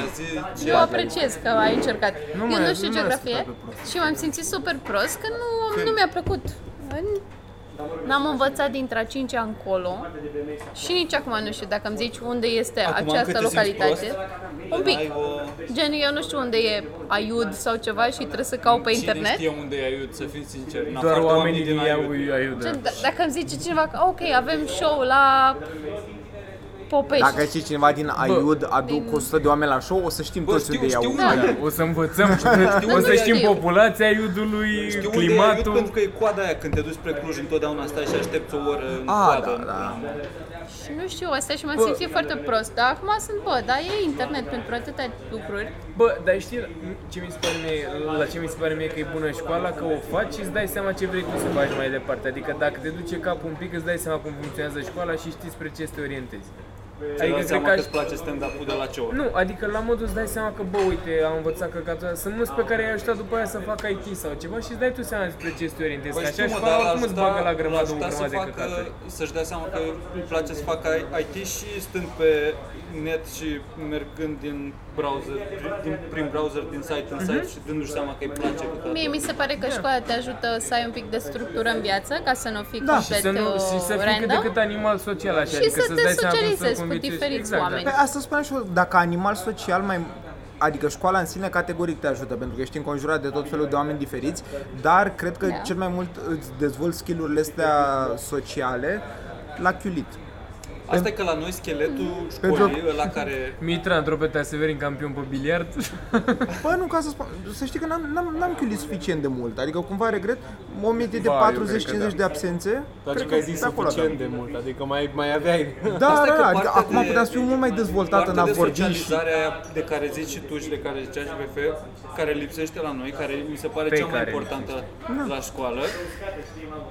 Speaker 4: eu apreciez că ai încercat.
Speaker 5: mai-
Speaker 4: eu
Speaker 5: nu
Speaker 4: nu
Speaker 5: mai
Speaker 4: știu geografie
Speaker 5: ascultat pe
Speaker 4: și m-am simțit super prost că nu, nu mi-a plăcut. În- N-am învățat dintre a 5 ani încolo și nici acum nu știu dacă îmi zici unde este
Speaker 8: Acum, cât
Speaker 4: această
Speaker 8: te simți
Speaker 4: localitate. Un pic.
Speaker 8: Ai o...
Speaker 4: Gen, eu nu știu unde e Aiud sau ceva și trebuie să caut pe internet.
Speaker 8: Cine știe unde e Aiud, să fim sinceri.
Speaker 5: Doar oamenii din iau
Speaker 1: Da.
Speaker 4: Gen,
Speaker 5: aiudă.
Speaker 4: d- dacă îmi zice cineva că ok, avem show la
Speaker 8: da.
Speaker 4: Popești.
Speaker 1: Dacă știi cineva din Aiud, aduc 100 de oameni la show, o să știm
Speaker 8: Bă,
Speaker 1: toți
Speaker 8: știu-
Speaker 1: unde iau.
Speaker 8: știu
Speaker 1: Da.
Speaker 8: unde.
Speaker 5: O să învățăm, o
Speaker 4: unde
Speaker 5: să știm
Speaker 4: știu.
Speaker 5: populația iudului,
Speaker 8: Știu unde e Aiud pentru
Speaker 5: climatul.
Speaker 8: că e coada aia când te duci spre Cluj întotdeauna stai și aștepți o oră în
Speaker 1: A,
Speaker 8: coadă.
Speaker 1: da, da.
Speaker 4: Și nu știu, asta și m-am simțit foarte prost. Dar acum sunt, bă, dar e internet pentru atâtea lucruri.
Speaker 5: Bă, dar știi ce mi se pare mie, la ce mi se pare mie că e bună școala? Că o faci și îți dai seama ce vrei tu să faci mai departe. Adică dacă te duce capul un pic, îți dai seama cum funcționează școala și știi spre ce să te orientezi.
Speaker 8: Adică
Speaker 5: Adică
Speaker 8: dai
Speaker 5: cred
Speaker 8: seama
Speaker 5: că
Speaker 8: că
Speaker 5: aș...
Speaker 8: îți place stand-up-ul de la ce oră.
Speaker 5: Nu, adică la modul îți dai seama că, bă, uite, am învățat căcatul ăsta. Sunt
Speaker 4: Ah.
Speaker 5: mulți pe care i-ai ajutat după aia să facă IT sau ceva și îți dai tu seama despre ce să te orientezi.
Speaker 4: Păi
Speaker 5: Că așa
Speaker 8: știu, Păi mă,
Speaker 5: școala
Speaker 8: dar
Speaker 5: oricum îți
Speaker 8: l-ajuta-
Speaker 5: bagă la grămadă o
Speaker 8: l-ajuta
Speaker 5: grămadă
Speaker 8: să
Speaker 5: de
Speaker 8: facă,
Speaker 5: căcaturi.
Speaker 8: Să-și dea seama că îi place să facă IT și stând pe net și mergând din browser, din, prin browser, din site în
Speaker 5: Mhm.
Speaker 8: site și dându-și seama că îi place căcatul.
Speaker 4: Mie mi se pare
Speaker 1: Da.
Speaker 4: că școala te ajută să ai un pic de structură în viață, ca să nu fii
Speaker 1: Da, și
Speaker 4: complet
Speaker 5: Să nu, și să
Speaker 4: uh,
Speaker 5: fii cât de
Speaker 4: random.
Speaker 5: cât animal social așa,
Speaker 4: Și
Speaker 5: adică
Speaker 4: să
Speaker 5: să-ți
Speaker 4: te
Speaker 5: dai seama cum să
Speaker 4: socializezi cu
Speaker 5: conviețuiești.
Speaker 4: diferiți
Speaker 5: da.
Speaker 4: oameni.
Speaker 1: Păi asta spuneam și eu, dacă animal social mai Adică școala în sine categoric te ajută, pentru că ești înconjurat de tot felul de oameni diferiți, dar cred că cel mai mult îți dezvolți skill-urile astea sociale la chiulit.
Speaker 8: Asta e că la noi scheletul
Speaker 1: Pentru-
Speaker 8: școlii, la care
Speaker 5: Mitra, într-o pe Tea Severin, campion pe biliard.
Speaker 1: Bă, nu, ca să spun, să știi că n-am, n-am, n-am chiulit suficient de mult, adică cumva regret, o medie de
Speaker 5: Ba, eu cred că
Speaker 1: 40-50
Speaker 5: da.
Speaker 1: de absențe,
Speaker 6: Dar
Speaker 1: cred
Speaker 6: că ai zis
Speaker 1: de acolo da. aveam.
Speaker 6: suficient de mult, adică mai, mai aveai...
Speaker 1: Da,
Speaker 8: Asta e
Speaker 1: da,
Speaker 8: că
Speaker 1: da, adică
Speaker 8: partea
Speaker 1: acum
Speaker 8: de-
Speaker 1: puteam să fiu mult mai dezvoltat în
Speaker 8: Partea
Speaker 1: a
Speaker 8: de
Speaker 1: vorbi și...
Speaker 8: socializare aia de care zici și tu și de care zicea și VF, care lipsește la noi, care mi se pare
Speaker 5: Pe
Speaker 8: cea mai
Speaker 5: care
Speaker 8: importantă
Speaker 1: Da.
Speaker 8: la școală,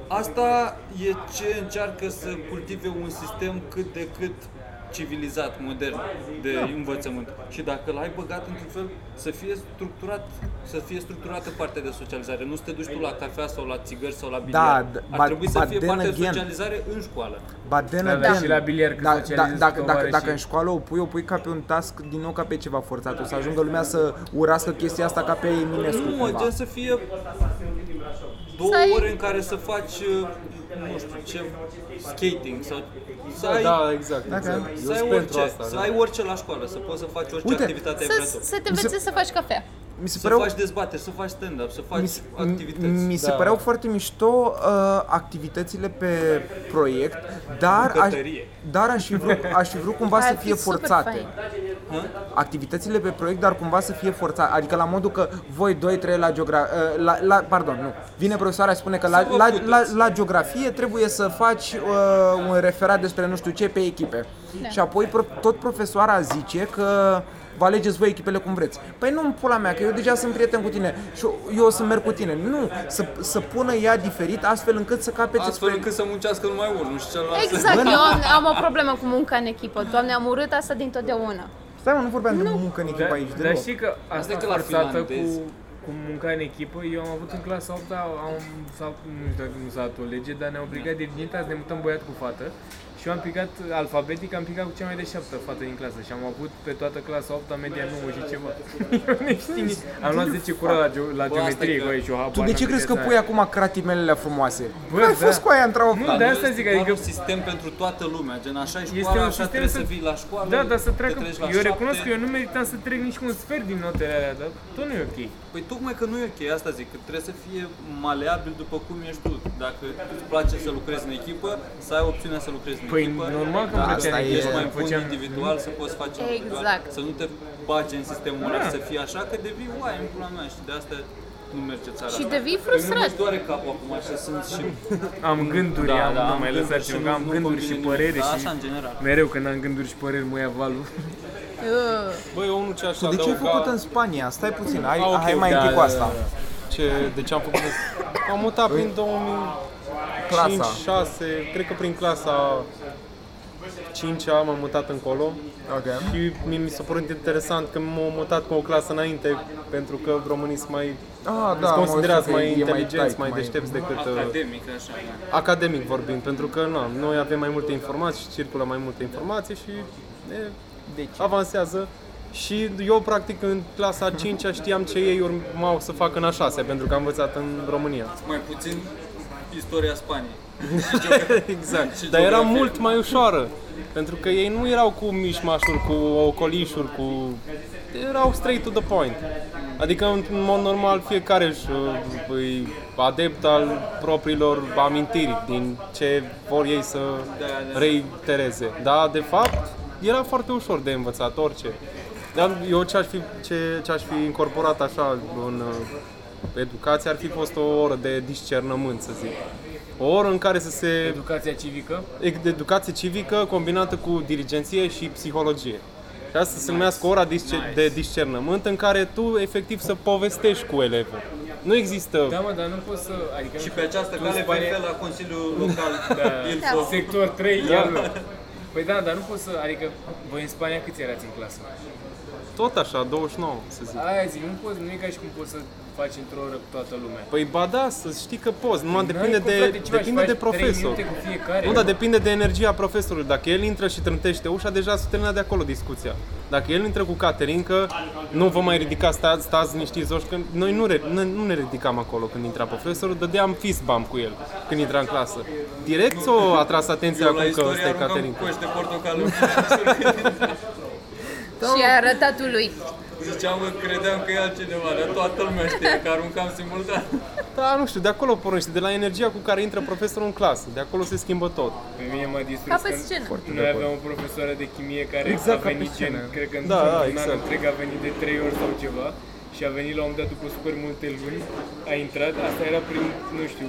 Speaker 8: asta e ce încearcă să cultive un sistem cât de cât civilizat, modern de
Speaker 1: Da.
Speaker 8: învățământ. Și dacă l-ai băgat într-un fel, să fie structurat, să fie structurată partea de socializare. Nu să te duci tu la cafea sau la țigări sau la biliard.
Speaker 1: Da, d-
Speaker 8: Ar
Speaker 1: but-
Speaker 8: trebui să
Speaker 1: but
Speaker 8: fie
Speaker 1: then
Speaker 8: partea de
Speaker 1: again-
Speaker 8: socializare în școală.
Speaker 1: Ba, de
Speaker 5: Da, da, și la biliard când
Speaker 1: da, da,
Speaker 5: socializezi
Speaker 1: dacă,
Speaker 5: cu
Speaker 1: dacă,
Speaker 5: tovarășii.
Speaker 1: dacă în școală o pui, o pui ca pe un task din nou ca pe ceva forțat, o să ajungă lumea să urască chestia asta ca pe Eminescu
Speaker 8: Nu, mă,
Speaker 1: cumva.
Speaker 8: gen să fie două
Speaker 4: Să ai-
Speaker 8: ore în care să faci, uh, nu știu ce, skating sau să ai,
Speaker 6: Da, exact.
Speaker 1: Dacă-
Speaker 6: exact. Eu
Speaker 8: să ai
Speaker 6: sunt pentru
Speaker 8: orice,
Speaker 6: asta.
Speaker 8: să
Speaker 6: da.
Speaker 8: ai orice la școală, să poți să faci orice
Speaker 1: Uite,
Speaker 8: activitate ai
Speaker 4: Să,
Speaker 8: vrea tu.
Speaker 4: să te înveți să faci cafea.
Speaker 1: mi se
Speaker 8: Să
Speaker 1: păreau
Speaker 8: faci dezbateri, să faci stand-up, să faci
Speaker 1: mi se,
Speaker 8: activități.
Speaker 1: mi se
Speaker 6: Da.
Speaker 1: păreau foarte mișto uh, activitățile pe proiect, dar aș,
Speaker 8: Bucătărie.
Speaker 1: dar aș fi vrut, aș fi vrut cumva să
Speaker 7: Ar fi
Speaker 1: fie
Speaker 7: super
Speaker 1: forțate.
Speaker 7: fain.
Speaker 1: Activitățile pe proiect, dar cumva să fie forțate. Adică la modul că voi doi, trei la geografie, la, la, pardon, nu. Vine profesoara și spune că la,
Speaker 8: vă
Speaker 1: la,
Speaker 8: puteți.
Speaker 1: la, la geografie trebuie să faci uh, un referat despre nu știu ce pe echipe. Și apoi pro, tot profesoara zice că vă alegeți voi echipele cum vreți. Păi nu în pula mea, că eu deja sunt prieten cu tine și eu o să merg cu tine. Nu, să, să pună ea diferit astfel încât să capeți
Speaker 8: Da. Astfel
Speaker 1: experiență.
Speaker 8: încât să muncească numai unul și celălalt să-
Speaker 4: Exact, eu am, am o problemă cu munca în echipă. Doamne, am urât asta dintotdeauna.
Speaker 1: Stai mă, nu vorbeam de muncă în echipă
Speaker 5: Dar,
Speaker 1: aici
Speaker 5: dar
Speaker 1: deloc.
Speaker 5: știi că asta
Speaker 8: e
Speaker 5: e
Speaker 8: că la
Speaker 5: forțată cu,
Speaker 8: finlandezi.
Speaker 5: cu munca în echipă, eu am avut în clasa 8 am, sau, nu știu dacă nu s-a dat o lege, dar ne-a obligat
Speaker 8: Da.
Speaker 5: divinitas să ne mutăm băiat cu fată și eu am picat alfabetic, am picat cu cea mai deșteaptă fată din clasă și am avut pe toată clasa 8 media 9 și ceva. Nu știu nici- am luat 10 cură la, geo- la
Speaker 8: Bă,
Speaker 5: geometrie,
Speaker 8: asta e că-
Speaker 5: băi, și o habar
Speaker 1: Tu de ce
Speaker 5: n-am
Speaker 1: crezi că
Speaker 5: câte
Speaker 1: pui
Speaker 5: ani.
Speaker 1: acum cratimelele frumoase?
Speaker 5: da. Bă,
Speaker 1: Bă, ai
Speaker 5: da.
Speaker 1: fost cu aia într-o opt.
Speaker 5: Nu, de
Speaker 8: nu
Speaker 5: asta
Speaker 8: este
Speaker 5: zic,
Speaker 8: doar
Speaker 5: adică
Speaker 8: un sistem pentru toată lumea, gen așa e
Speaker 5: Este
Speaker 8: școala,
Speaker 5: un
Speaker 8: așa
Speaker 5: sistem
Speaker 8: trebuie să...
Speaker 5: să-
Speaker 8: vii la școală,
Speaker 5: Da, dar să
Speaker 8: te
Speaker 5: treacă.
Speaker 8: treci la
Speaker 5: Eu
Speaker 8: șapte.
Speaker 5: recunosc că eu nu meritam să trec nici cu un sfert din notele alea, dar tot nu e ok.
Speaker 8: Păi tocmai că nu e ok, asta zic, că trebuie să fie maleabil după cum ești tu. Dacă îți place să lucrezi în echipă, să ai opțiunea să lucrezi în
Speaker 5: Păi
Speaker 8: echipă.
Speaker 5: normal că
Speaker 8: Dacă
Speaker 5: îmi plăcea
Speaker 1: asta
Speaker 5: în
Speaker 1: e-
Speaker 8: ești
Speaker 5: echipă,
Speaker 8: mai
Speaker 5: îmi
Speaker 8: bun
Speaker 5: făceam-
Speaker 8: individual, să poți face individual,
Speaker 4: Exact.
Speaker 8: să nu te bage în sistemul ăla, să fie așa, că devii uai în pula mea și de asta nu merge țara
Speaker 4: Și
Speaker 8: asta.
Speaker 4: devii
Speaker 8: Păi nu
Speaker 4: frustrat.
Speaker 8: mi doare capul acum, așa sunt și...
Speaker 5: Am gânduri,
Speaker 8: Da,
Speaker 5: am,
Speaker 8: da,
Speaker 5: nu
Speaker 8: am
Speaker 5: mai
Speaker 8: gânduri
Speaker 5: lăsați
Speaker 8: și
Speaker 5: că
Speaker 8: nu-
Speaker 5: am
Speaker 8: nu
Speaker 5: gânduri și
Speaker 8: combine
Speaker 5: părere
Speaker 8: nimic, dar
Speaker 5: și
Speaker 8: așa în general.
Speaker 5: mereu când am gânduri și păreri mă ia valul.
Speaker 6: Băi, eu unul ce aș
Speaker 1: Tu de ce ai
Speaker 6: adăuga-
Speaker 1: făcut în Spania? Stai puțin, hai,
Speaker 6: Ah, ok,
Speaker 1: hai mai
Speaker 6: da,
Speaker 1: întâi cu
Speaker 6: da,
Speaker 1: asta.
Speaker 6: Ce, de ce am făcut asta? Păi, Am mutat prin 2005,
Speaker 1: Clasa.
Speaker 6: 6, cred că prin clasa 5 am mutat încolo
Speaker 1: Ok.
Speaker 6: și mi, mi s-a părut interesant că m-am mutat cu o clasă înainte pentru că românii sunt mai
Speaker 1: Ah,
Speaker 6: da,
Speaker 1: da,
Speaker 6: considerați
Speaker 1: mă, știu că
Speaker 6: mai
Speaker 1: e
Speaker 6: inteligenți,
Speaker 1: tight,
Speaker 6: mai, deștepți decât uh,
Speaker 8: Academic, așa, da.
Speaker 6: academic vorbind, pentru că na, noi avem mai multe informații și circulă mai multe informații și e, avansează. Și eu, practic, în clasa 5 știam ce ei urmau să facă în a 6 pentru că am învățat în România.
Speaker 8: mai puțin istoria Spaniei.
Speaker 6: exact.
Speaker 8: Și
Speaker 6: Dar era
Speaker 8: geografie.
Speaker 6: mult mai ușoară, pentru că ei nu erau cu mișmașuri, cu ocolișuri, cu... Erau straight to the point. Adică, în în mod normal, fiecare își, uh, îi adept al propriilor amintiri din ce vor ei să
Speaker 8: da.
Speaker 6: reitereze. Dar, de fapt, era foarte ușor de învățat orice. Dar eu ce aș fi, ce, ce aș fi incorporat așa în uh, educație ar fi fost o oră de discernământ, să zic. O oră în care să se
Speaker 5: Educația civică?
Speaker 6: Ec- de educație civică combinată cu dirigenție și psihologie. Și asta se numească ora disce- de discernământ în care tu efectiv să povestești cu elevul. Nu există...
Speaker 5: Da, mă, dar nu pot să... Adică
Speaker 8: Și
Speaker 5: nu-
Speaker 8: pe această
Speaker 5: tu
Speaker 8: cale
Speaker 5: îți
Speaker 8: voi
Speaker 5: pare-
Speaker 8: fi la Consiliul Local
Speaker 6: Da.
Speaker 8: Ilfov.
Speaker 5: Sector 3, iar nu. Păi da, dar nu pot să... Adică, voi în Spania câți erați în clasă?
Speaker 6: Tot așa, 29, să zic.
Speaker 5: Aia zic, nu poți, nu e ca și cum poți să faci într-o oră toată lumea.
Speaker 6: Păi ba da, să știi că poți, numai depinde
Speaker 5: N-ai cum, frate,
Speaker 6: de,
Speaker 5: Exact. ceva,
Speaker 6: depinde
Speaker 5: și
Speaker 6: de
Speaker 5: faci trei
Speaker 6: profesor.
Speaker 5: minute cu fiecare.
Speaker 6: Nu, dar depinde de energia profesorului. Dacă el intră și trântește ușa, deja s-a terminat de acolo discuția. Dacă el intră cu Caterin că nu vă mai ridicați, stați, stați niște zoși, că noi nu, re, nu, nu ne ridicam acolo când intra profesorul, dădeam fist bump cu el când intra în clasă. Direct s-o atras atenția
Speaker 8: Eu
Speaker 6: acum
Speaker 8: la
Speaker 6: că
Speaker 8: istorie
Speaker 6: ăsta e Caterin.
Speaker 8: aruncam coși de portocală.
Speaker 1: Da.
Speaker 7: Și a arătat lui.
Speaker 8: Ziceam, că credeam că e altcineva, dar toată lumea știe că aruncam simultan.
Speaker 6: Da, nu știu, de acolo pornește, de la energia cu care intră profesorul în clasă, de acolo se schimbă tot.
Speaker 5: Pe mine mă
Speaker 7: Ca
Speaker 5: distrus
Speaker 7: pe
Speaker 5: când
Speaker 7: scenă.
Speaker 5: noi aveam o profesoară de chimie care
Speaker 6: Exact
Speaker 5: a
Speaker 6: ca pe
Speaker 5: venit, gen,
Speaker 6: scenă.
Speaker 5: cred că în
Speaker 6: Da, da,
Speaker 5: un an
Speaker 6: exact.
Speaker 5: întreg a venit de 3 ori sau ceva și a venit la un moment dat după super multe luni, a intrat, asta era prin, nu știu,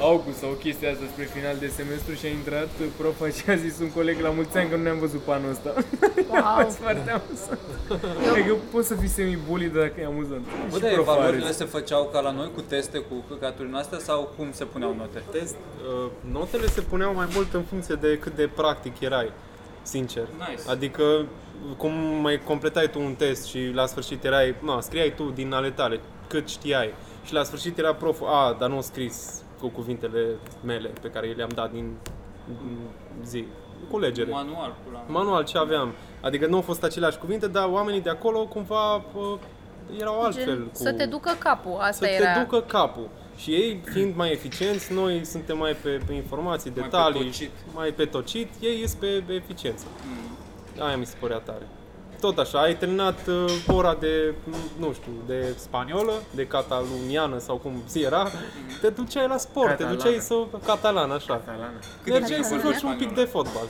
Speaker 5: august sau chestia asta spre final de semestru și a intrat profa și a zis un coleg la mulți ani că nu ne-am văzut pe anul ăsta. Wow. a fost foarte amuzant. Cred că poți să fii semi-bully dacă e amuzant.
Speaker 8: Bă,
Speaker 5: Și
Speaker 8: dar
Speaker 5: profa a
Speaker 8: evaluările
Speaker 5: râs.
Speaker 8: se făceau ca la noi cu teste, cu căcaturi în astea sau cum se puneau note?
Speaker 6: Test, uh, notele se puneau mai mult în funcție de cât de practic erai, sincer.
Speaker 8: Nice.
Speaker 6: Adică cum mai completai tu un test și la sfârșit erai, na, scriai tu din ale tale, cât știai. Și la sfârșit era prof, a, dar nu scris cu cuvintele mele pe care le-am dat din din zi, culegere.
Speaker 8: Manual, pula mea.
Speaker 6: Manual ce aveam. Adică nu au fost aceleași cuvinte, dar oamenii de acolo cumva uh, erau altfel.
Speaker 7: Gen,
Speaker 6: cu...
Speaker 7: să te ducă capul,
Speaker 6: Să
Speaker 7: asta
Speaker 6: te
Speaker 7: era.
Speaker 6: ducă capul. Și ei, fiind mai eficienți, noi suntem mai pe, pe informații,
Speaker 8: Mai
Speaker 6: detalii,
Speaker 8: pe tocit.
Speaker 6: mai pe tocit, ei sunt pe, pe eficiență. Aia mi se părea tare. tot așa, ai terminat uh, ora de, mm, nu știu, de spaniolă, de cataluniană sau cum zi era, te duceai la sport,
Speaker 5: Catalană.
Speaker 6: te duceai să... Catalan, așa.
Speaker 5: Catalană.
Speaker 6: Mergeai să
Speaker 8: vorbești
Speaker 6: joci un pic
Speaker 8: spaniolă?
Speaker 6: de fotbal.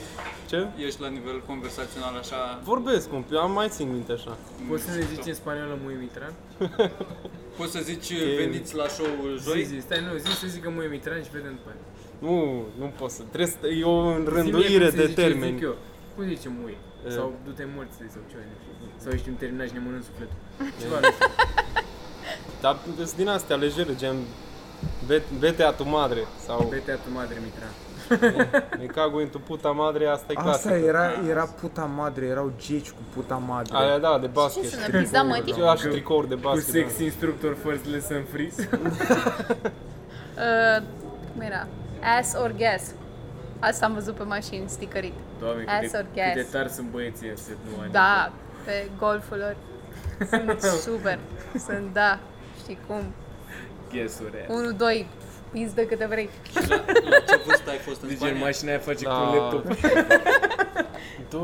Speaker 6: Ce?
Speaker 8: Ești la nivel conversațional așa,
Speaker 6: Vorbesc un pic, am mai țin minte așa.
Speaker 5: Poți să le zici în spaniolă muy mitran?
Speaker 8: poți să zici veniți la show-ul
Speaker 5: Zi,
Speaker 8: joi?
Speaker 5: zi, stai, nu, zi să zică muy mitran și vedem după aia.
Speaker 6: Nu, nu pot să, trebuie să, e o
Speaker 5: Zi-mi
Speaker 6: înrânduire
Speaker 5: cum se zice,
Speaker 6: de
Speaker 5: Zic
Speaker 6: termeni.
Speaker 5: eu. Cum zice mui?
Speaker 6: E.
Speaker 5: Sau du-te morți sau ceva. nu știu. Sau ești un terminat și ne mănânc sufletul. Ceva nu știu.
Speaker 6: Dar sunt din astea legere, gen, "Ve- vete a tu madre sau
Speaker 5: Vete a tu madre, Mitra.
Speaker 6: me cago în tu puta madre, asta e
Speaker 1: Asta
Speaker 6: clasică.
Speaker 1: era, era puta madre, erau geci cu puta madre.
Speaker 6: Aia, da, de
Speaker 4: Ce
Speaker 6: basket.
Speaker 4: sună pizda mătii?
Speaker 6: Eu aș tricouri de
Speaker 5: Cu
Speaker 6: basket. da.
Speaker 5: sex instructor first lesson freeze.
Speaker 4: Uh, cum era? Ass or gas? Asta am văzut pe mașini sticărit.
Speaker 5: Doamne,
Speaker 4: Ass
Speaker 5: cât de,
Speaker 4: or
Speaker 5: cât
Speaker 4: gas.
Speaker 5: de tari sunt băieții ăia, să nu ai.
Speaker 4: Da, pe golful lor. Sunt super. Sunt, da. Știi cum?
Speaker 5: Ghesuri aia.
Speaker 4: 1, 2, pis de câte vrei.
Speaker 8: La ce vârstă ai fost în
Speaker 5: Deci în
Speaker 8: Spania?
Speaker 5: mașina aia face
Speaker 6: Da.
Speaker 5: cu un laptop.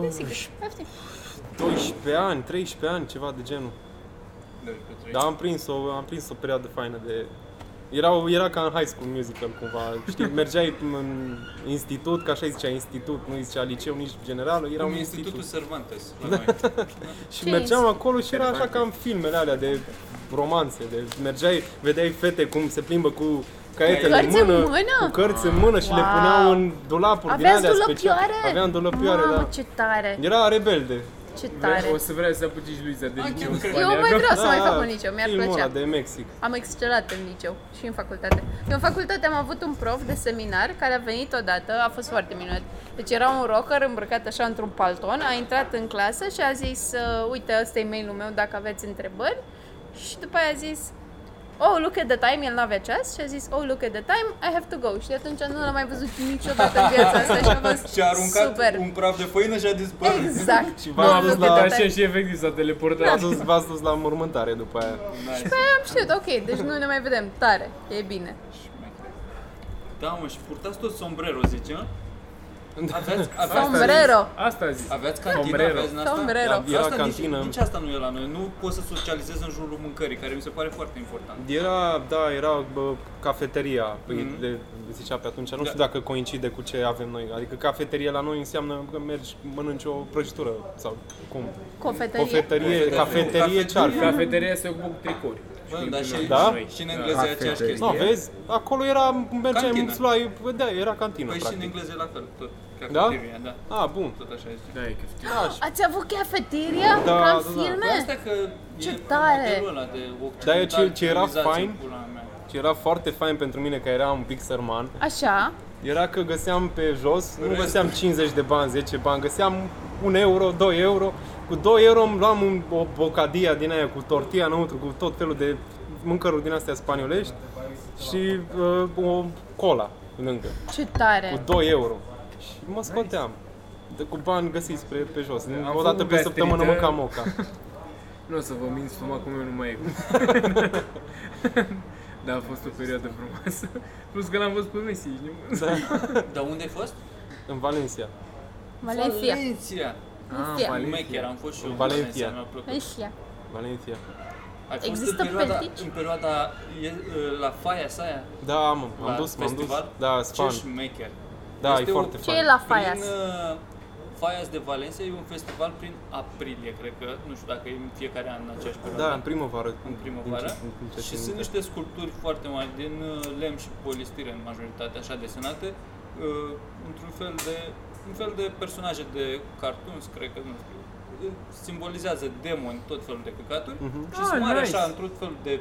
Speaker 6: 12
Speaker 4: Heftin.
Speaker 6: 12 ani, 13 ani, ceva de genul. Dar am prins o, am prins o perioadă faină de... Era, era ca în high school musical cumva, știi, mergeai în institut, ca așa zicea institut, nu zicea liceu, nici general, era un
Speaker 8: În
Speaker 6: Da. institut.
Speaker 8: Institutul Cervantes, la noi.
Speaker 6: Și mergeam acolo și era așa ca în filmele alea de romanțe, de mergeai, vedeai fete cum se plimbă cu caietele
Speaker 4: Cărți în
Speaker 6: în mână,
Speaker 4: mână?
Speaker 6: cu cărți în mână și le puneau în dulapuri din
Speaker 4: Aveați
Speaker 6: alea speciale.
Speaker 4: dulăpioare?
Speaker 6: Aveam dulăpioare,
Speaker 4: Mamă,
Speaker 6: da.
Speaker 4: ce tare,
Speaker 6: Era rebelde.
Speaker 4: ce tare.
Speaker 5: O să vrea să apuci și Luiza de liceu în
Speaker 4: Eu
Speaker 5: Spania.
Speaker 4: mai vreau să mai
Speaker 6: Da,
Speaker 4: fac un liceu, mi-ar
Speaker 6: filmul
Speaker 4: plăcea.
Speaker 6: ăla de Mexic.
Speaker 4: Am excelat în liceu și în facultate. Eu în facultate am avut un prof de seminar care a venit odată, a fost foarte minunat. Deci era un rocker îmbrăcat așa într-un palton, a intrat în clasă și a zis, "Uh, uite, ăsta e mailul meu dacă aveți întrebări. Și după aia a zis, oh, look at the time, el n-avea ceas și a zis, oh, look at the time, I have to go. Și de atunci nu l-am mai văzut niciodată în viața asta și a fost
Speaker 8: Și a aruncat
Speaker 4: super.
Speaker 8: un praf de făină și a dispărut.
Speaker 4: Exact.
Speaker 6: Și
Speaker 5: Nu, a
Speaker 6: v-ați dus,
Speaker 5: fost
Speaker 6: la,
Speaker 5: așa și efectiv s-a teleportat.
Speaker 4: Da.
Speaker 6: v-ați dus, v-ați dus la mormântare după aia.
Speaker 8: Nice.
Speaker 4: Păi Am știut, ok, deci nu ne mai vedem, tare, e bine.
Speaker 8: Da, mă, și purtați tot sombrero, zice, mă?
Speaker 6: Da.
Speaker 8: Aveați, aveați,
Speaker 4: Sombrero.
Speaker 5: Asta a zis.
Speaker 8: aveați cantină,
Speaker 5: Sombrero.
Speaker 8: aveați din asta?
Speaker 4: Sombrero.
Speaker 8: Da,
Speaker 6: Era
Speaker 8: asta nici,
Speaker 6: cantină.
Speaker 8: nici asta nu e la noi. Nu poți să socializezi în jurul mâncării, care mi se pare foarte important.
Speaker 6: Era, da, era bă, cafeteria, mm de, zicea pe atunci, nu știu
Speaker 8: Da.
Speaker 6: dacă coincide cu ce avem noi. Adică cafeteria la noi înseamnă că mergi, mănânci o prăjitură sau cum.
Speaker 4: Cofetărie.
Speaker 6: Cofetărie, cafeterie, ce ar fi?
Speaker 5: Cafeteria se ocupă cu tricouri.
Speaker 8: Bă, dar și,
Speaker 6: Da?
Speaker 8: și în engleză e aceeași chestie.
Speaker 6: Nu, vezi? Acolo era, mergeai,
Speaker 8: Cantină.
Speaker 6: îți luai, da, era cantină,
Speaker 8: Păi și în
Speaker 6: practic.
Speaker 8: engleză e la fel, tot
Speaker 6: Da?
Speaker 8: cafeteria, da?
Speaker 6: A, bun.
Speaker 8: Tot așa este.
Speaker 5: Da, e chestia.
Speaker 4: Ați avut cafeteria?
Speaker 6: Da,
Speaker 4: Ca în
Speaker 6: da, da.
Speaker 4: filme?
Speaker 8: De Păi asta că
Speaker 4: Ce
Speaker 8: e
Speaker 4: tare!
Speaker 8: modelul ăla de
Speaker 6: Dar e
Speaker 8: occidental,
Speaker 6: ce- ce era
Speaker 8: civilizație,
Speaker 6: fain?
Speaker 8: pula mea.
Speaker 6: Și deci era foarte fain pentru mine, că era un pic sărman,
Speaker 4: Așa,
Speaker 6: Era că găseam pe jos, nu găseam 50 de bani, 10 bani, găseam 1 euro, 2 euro. Cu 2 euro îmi luam un, o bocadia din aia cu tortilla înăuntru, cu tot felul de mâncăruri din astea spaniolești și uh, o cola lângă,
Speaker 4: ce tare.
Speaker 6: cu 2 euro. Și mă scoteam. De cu bani găsiți pe, pe jos. o
Speaker 5: făcut
Speaker 6: dată pe
Speaker 5: gastrită.
Speaker 6: săptămână mâncam moca.
Speaker 5: Nu o să vă mint, stomacul meu nu mai e. Dar a fost o perioadă frumoasă. Plus că l-am văzut pe Messi, ești nebun.
Speaker 8: Dar unde ai fost?
Speaker 6: Da. În Valencia.
Speaker 4: Valencia.
Speaker 8: Valencia.
Speaker 5: Ah,
Speaker 8: În
Speaker 5: Valencia.
Speaker 8: Mecher, am fost și eu în
Speaker 6: Valencia.
Speaker 8: Valencia, mi-a plăcut.
Speaker 4: Valencia.
Speaker 6: Valencia.
Speaker 8: Ai fost
Speaker 4: Există
Speaker 8: în perioada,
Speaker 4: peltici?
Speaker 8: în perioada e- la faia sa aia?
Speaker 6: Da, am,
Speaker 8: La
Speaker 6: am dus, m-am dus.
Speaker 8: festival?
Speaker 6: Da,
Speaker 8: Ce
Speaker 6: span.
Speaker 8: șmecher.
Speaker 6: Da, e
Speaker 8: Este o-
Speaker 6: foarte
Speaker 4: Ce
Speaker 6: fain.
Speaker 4: e la
Speaker 8: Prin
Speaker 4: Faias?
Speaker 8: uh, Faias de Valencia e un festival prin aprilie, cred că, nu știu dacă e în fiecare an în aceeași perioadă.
Speaker 6: Da, în primăvară.
Speaker 8: în primăvară și sunt niște sculpturi foarte mari din uh, lemn și polistiren în majoritate, așa desenate, uh, într-un fel de un fel de personaje de cartoons, cred că nu știu, uh, simbolizează demoni, tot felul de căcaturi și
Speaker 5: Ah,
Speaker 8: sunt mari
Speaker 5: nice.
Speaker 8: așa într-un fel de,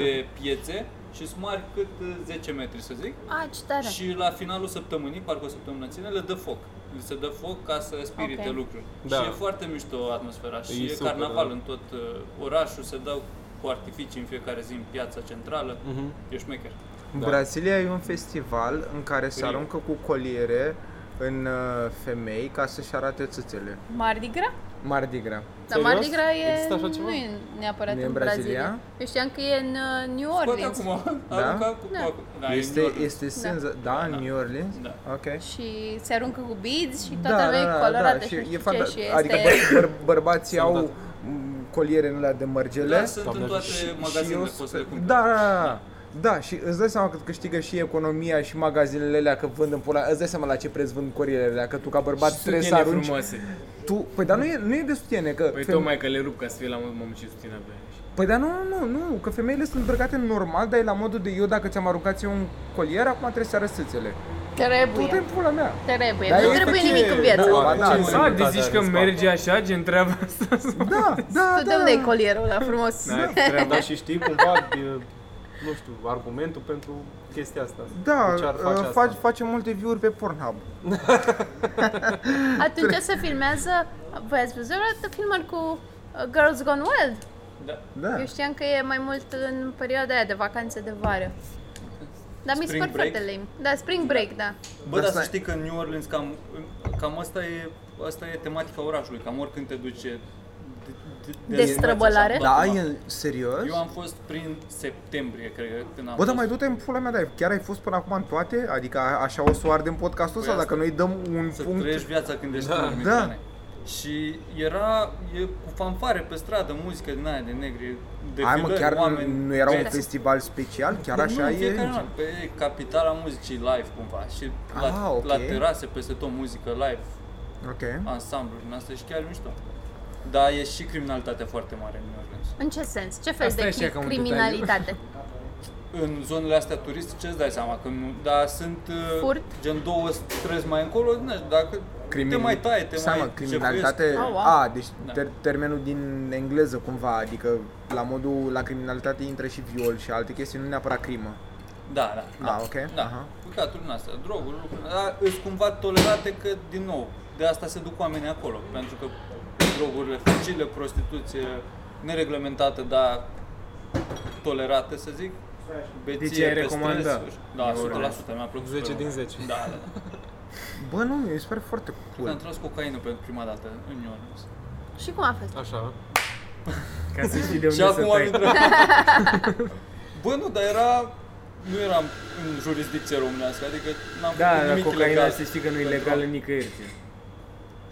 Speaker 8: de piețe și sunt mari cât uh, 10 metri să zic
Speaker 4: A, ce tare.
Speaker 8: și la finalul săptămânii, parcă o săptămână ține, le dă foc. Li se dă foc ca să spirite
Speaker 4: Ok.
Speaker 8: lucruri.
Speaker 6: Da.
Speaker 8: Și e foarte mișto atmosfera și
Speaker 6: E
Speaker 8: e,
Speaker 6: super,
Speaker 8: carnaval
Speaker 6: da.
Speaker 8: în tot uh, orașul, se dau cu artificii în fiecare zi în piața centrală.
Speaker 1: Mhm.
Speaker 8: E șmecher.
Speaker 1: În Brazilia e un festival în care se
Speaker 8: Rio.
Speaker 1: aruncă cu coliere în uh, femei ca să-și arate țâțele.
Speaker 4: Mardi Gras?
Speaker 1: Mardi Gras.
Speaker 4: Dar Mardi Gras e,
Speaker 6: Există așa ceva?
Speaker 4: nu e neapărat
Speaker 1: Nu e
Speaker 4: în
Speaker 1: în Brazilia?
Speaker 4: Brazilia. Eu știam că e în uh, New
Speaker 8: Pot
Speaker 4: Orleans.
Speaker 8: acum, arunca cu coacul. Da, e
Speaker 1: Este,
Speaker 8: în New
Speaker 1: este senza... Da, în New Orleans? Da. Ok. Da,
Speaker 4: Și se aruncă cu beads și toată lumea e colorată și, nu știu ce,
Speaker 1: fanta-
Speaker 4: și este...
Speaker 1: Adică bă- băr- bărbații au m, coliere în alea de mărgele.
Speaker 8: Da, sunt în toate magazinele,
Speaker 1: eu
Speaker 8: poți să le
Speaker 1: sper-
Speaker 8: cumperi.
Speaker 1: Da, da, da, da. Da, și îți dai seama că câștigă și economia și magazinele alea că vând în pula, îți dai seama la ce preț vând corielele alea, că tu ca bărbat trebuie să
Speaker 5: Sutiene
Speaker 1: arunci.
Speaker 5: frumoase.
Speaker 1: Tu, păi dar nu e, nu e de sutiene, că
Speaker 5: Păi
Speaker 1: fem-
Speaker 5: tocmai că le rup ca să fie la mod, mamă ce sutienă avea.
Speaker 1: Păi dar nu, nu, nu, că femeile sunt îmbrăcate normal, dar e la modul de eu dacă ți-am aruncat eu un colier, acum trebuie să arăți sâțele. Tu te
Speaker 4: Trebuie,
Speaker 1: pula mea.
Speaker 4: trebuie.
Speaker 1: Da,
Speaker 4: nu
Speaker 1: e
Speaker 4: trebuie
Speaker 1: efectiv.
Speaker 4: nimic în viață.
Speaker 1: Da, ba, da,
Speaker 5: Da,
Speaker 1: da,
Speaker 5: de zici că merge așa, gen treaba asta.
Speaker 1: da, da,
Speaker 4: Tu de
Speaker 1: da.
Speaker 4: unde e colierul ăla frumos?
Speaker 6: Da, treaba și știi cumva, e, nu știu, argumentul pentru chestia asta.
Speaker 1: Da,
Speaker 6: De ce ar face
Speaker 1: uh,
Speaker 6: asta?
Speaker 1: faci, face multe view-uri pe Pornhub.
Speaker 4: Atunci se filmează, voi ați văzut vreodată filmări cu uh, Girls Gone Wild?
Speaker 1: Da.
Speaker 4: Eu știam că e mai mult în perioada aia de vacanțe de vară. Dar mi se
Speaker 8: Spring
Speaker 4: pare
Speaker 8: break?
Speaker 4: foarte lame. Da, spring break, da.
Speaker 8: Orleans. Bă, dar să știi că în New Orleans cam, cam asta, e, asta e tematica orașului, cam oricând te duce. De, de,
Speaker 4: Destrăbălare?
Speaker 8: așa,
Speaker 1: Da,
Speaker 8: acum.
Speaker 1: e serios?
Speaker 8: Eu am fost prin septembrie, cred că, când am
Speaker 1: Bă, dar
Speaker 8: fost.
Speaker 1: mai du-te în pula mea, dar chiar ai fost până acum în toate? Adică a- așa o să o ardem podcastul ăsta
Speaker 8: Păi
Speaker 1: dacă noi dăm un
Speaker 8: Să
Speaker 1: punct...
Speaker 8: trăiești viața când ești da, în
Speaker 1: Da.
Speaker 8: da. Și era e, cu fanfare pe stradă, muzică din aia de negri, de
Speaker 1: Hai mă, chiar
Speaker 8: oameni.
Speaker 1: nu era un
Speaker 8: beți.
Speaker 1: festival special? Chiar
Speaker 8: Bă,
Speaker 1: așa
Speaker 8: nu, în
Speaker 1: e?
Speaker 8: fiecare an, Pe Păi e capitala muzicii live cumva și la,
Speaker 1: Ah, ok.
Speaker 8: la terase peste tot muzică live,
Speaker 1: Ok.
Speaker 8: ansamblu din asta și chiar e mișto. Dar e și criminalitatea foarte mare în New Orleans.
Speaker 4: În ce sens? Ce fel
Speaker 5: Asta e
Speaker 4: de
Speaker 5: și ca un
Speaker 4: criminalitate?
Speaker 8: În zonele astea turistice îți dai seama că nu, dar sunt uh,
Speaker 4: Furt?
Speaker 8: gen două străzi mai încolo, nu știu, dacă te mai taie, te
Speaker 1: Seama,
Speaker 8: mai Da.
Speaker 1: criminalitate...
Speaker 8: jefuiesc.
Speaker 4: Ah, wow.
Speaker 1: A, deci ter- termenul din engleză cumva, adică la modul la criminalitate intră și viol și alte chestii, nu neapărat crimă.
Speaker 8: Da, da. da.
Speaker 1: Ah, ok.
Speaker 8: Da,
Speaker 1: Aha.
Speaker 8: căcaturi din astea, droguri, lucruri, dar sunt cumva tolerate că, din nou, de asta se duc oamenii acolo, pentru că drogurile facile, prostituție nereglementată, dar tolerată, să zic, beție
Speaker 5: Deci ai
Speaker 8: pe
Speaker 5: recomanda?
Speaker 8: străzi, da, 100%, mi-a plăcut
Speaker 6: 10
Speaker 8: super
Speaker 6: din
Speaker 8: mult.
Speaker 6: 10.
Speaker 8: Da, da, da.
Speaker 1: Bă, nu, mi se pare foarte
Speaker 8: Când am
Speaker 1: cool.
Speaker 8: tras cocaină pentru prima dată în New Orleans.
Speaker 4: Și cum a fost?
Speaker 6: Așa.
Speaker 5: Ca să știi de
Speaker 8: Și
Speaker 5: unde să
Speaker 8: acum am
Speaker 5: tai.
Speaker 8: intrat. Bă, nu, dar era... Nu eram în jurisdicție românească, adică n-am
Speaker 5: Da,
Speaker 8: făcut
Speaker 5: dar
Speaker 8: nimic
Speaker 5: cocaina
Speaker 8: ilegal.
Speaker 5: se știi că nu e
Speaker 8: Pentru-
Speaker 5: legală nicăieri. gen.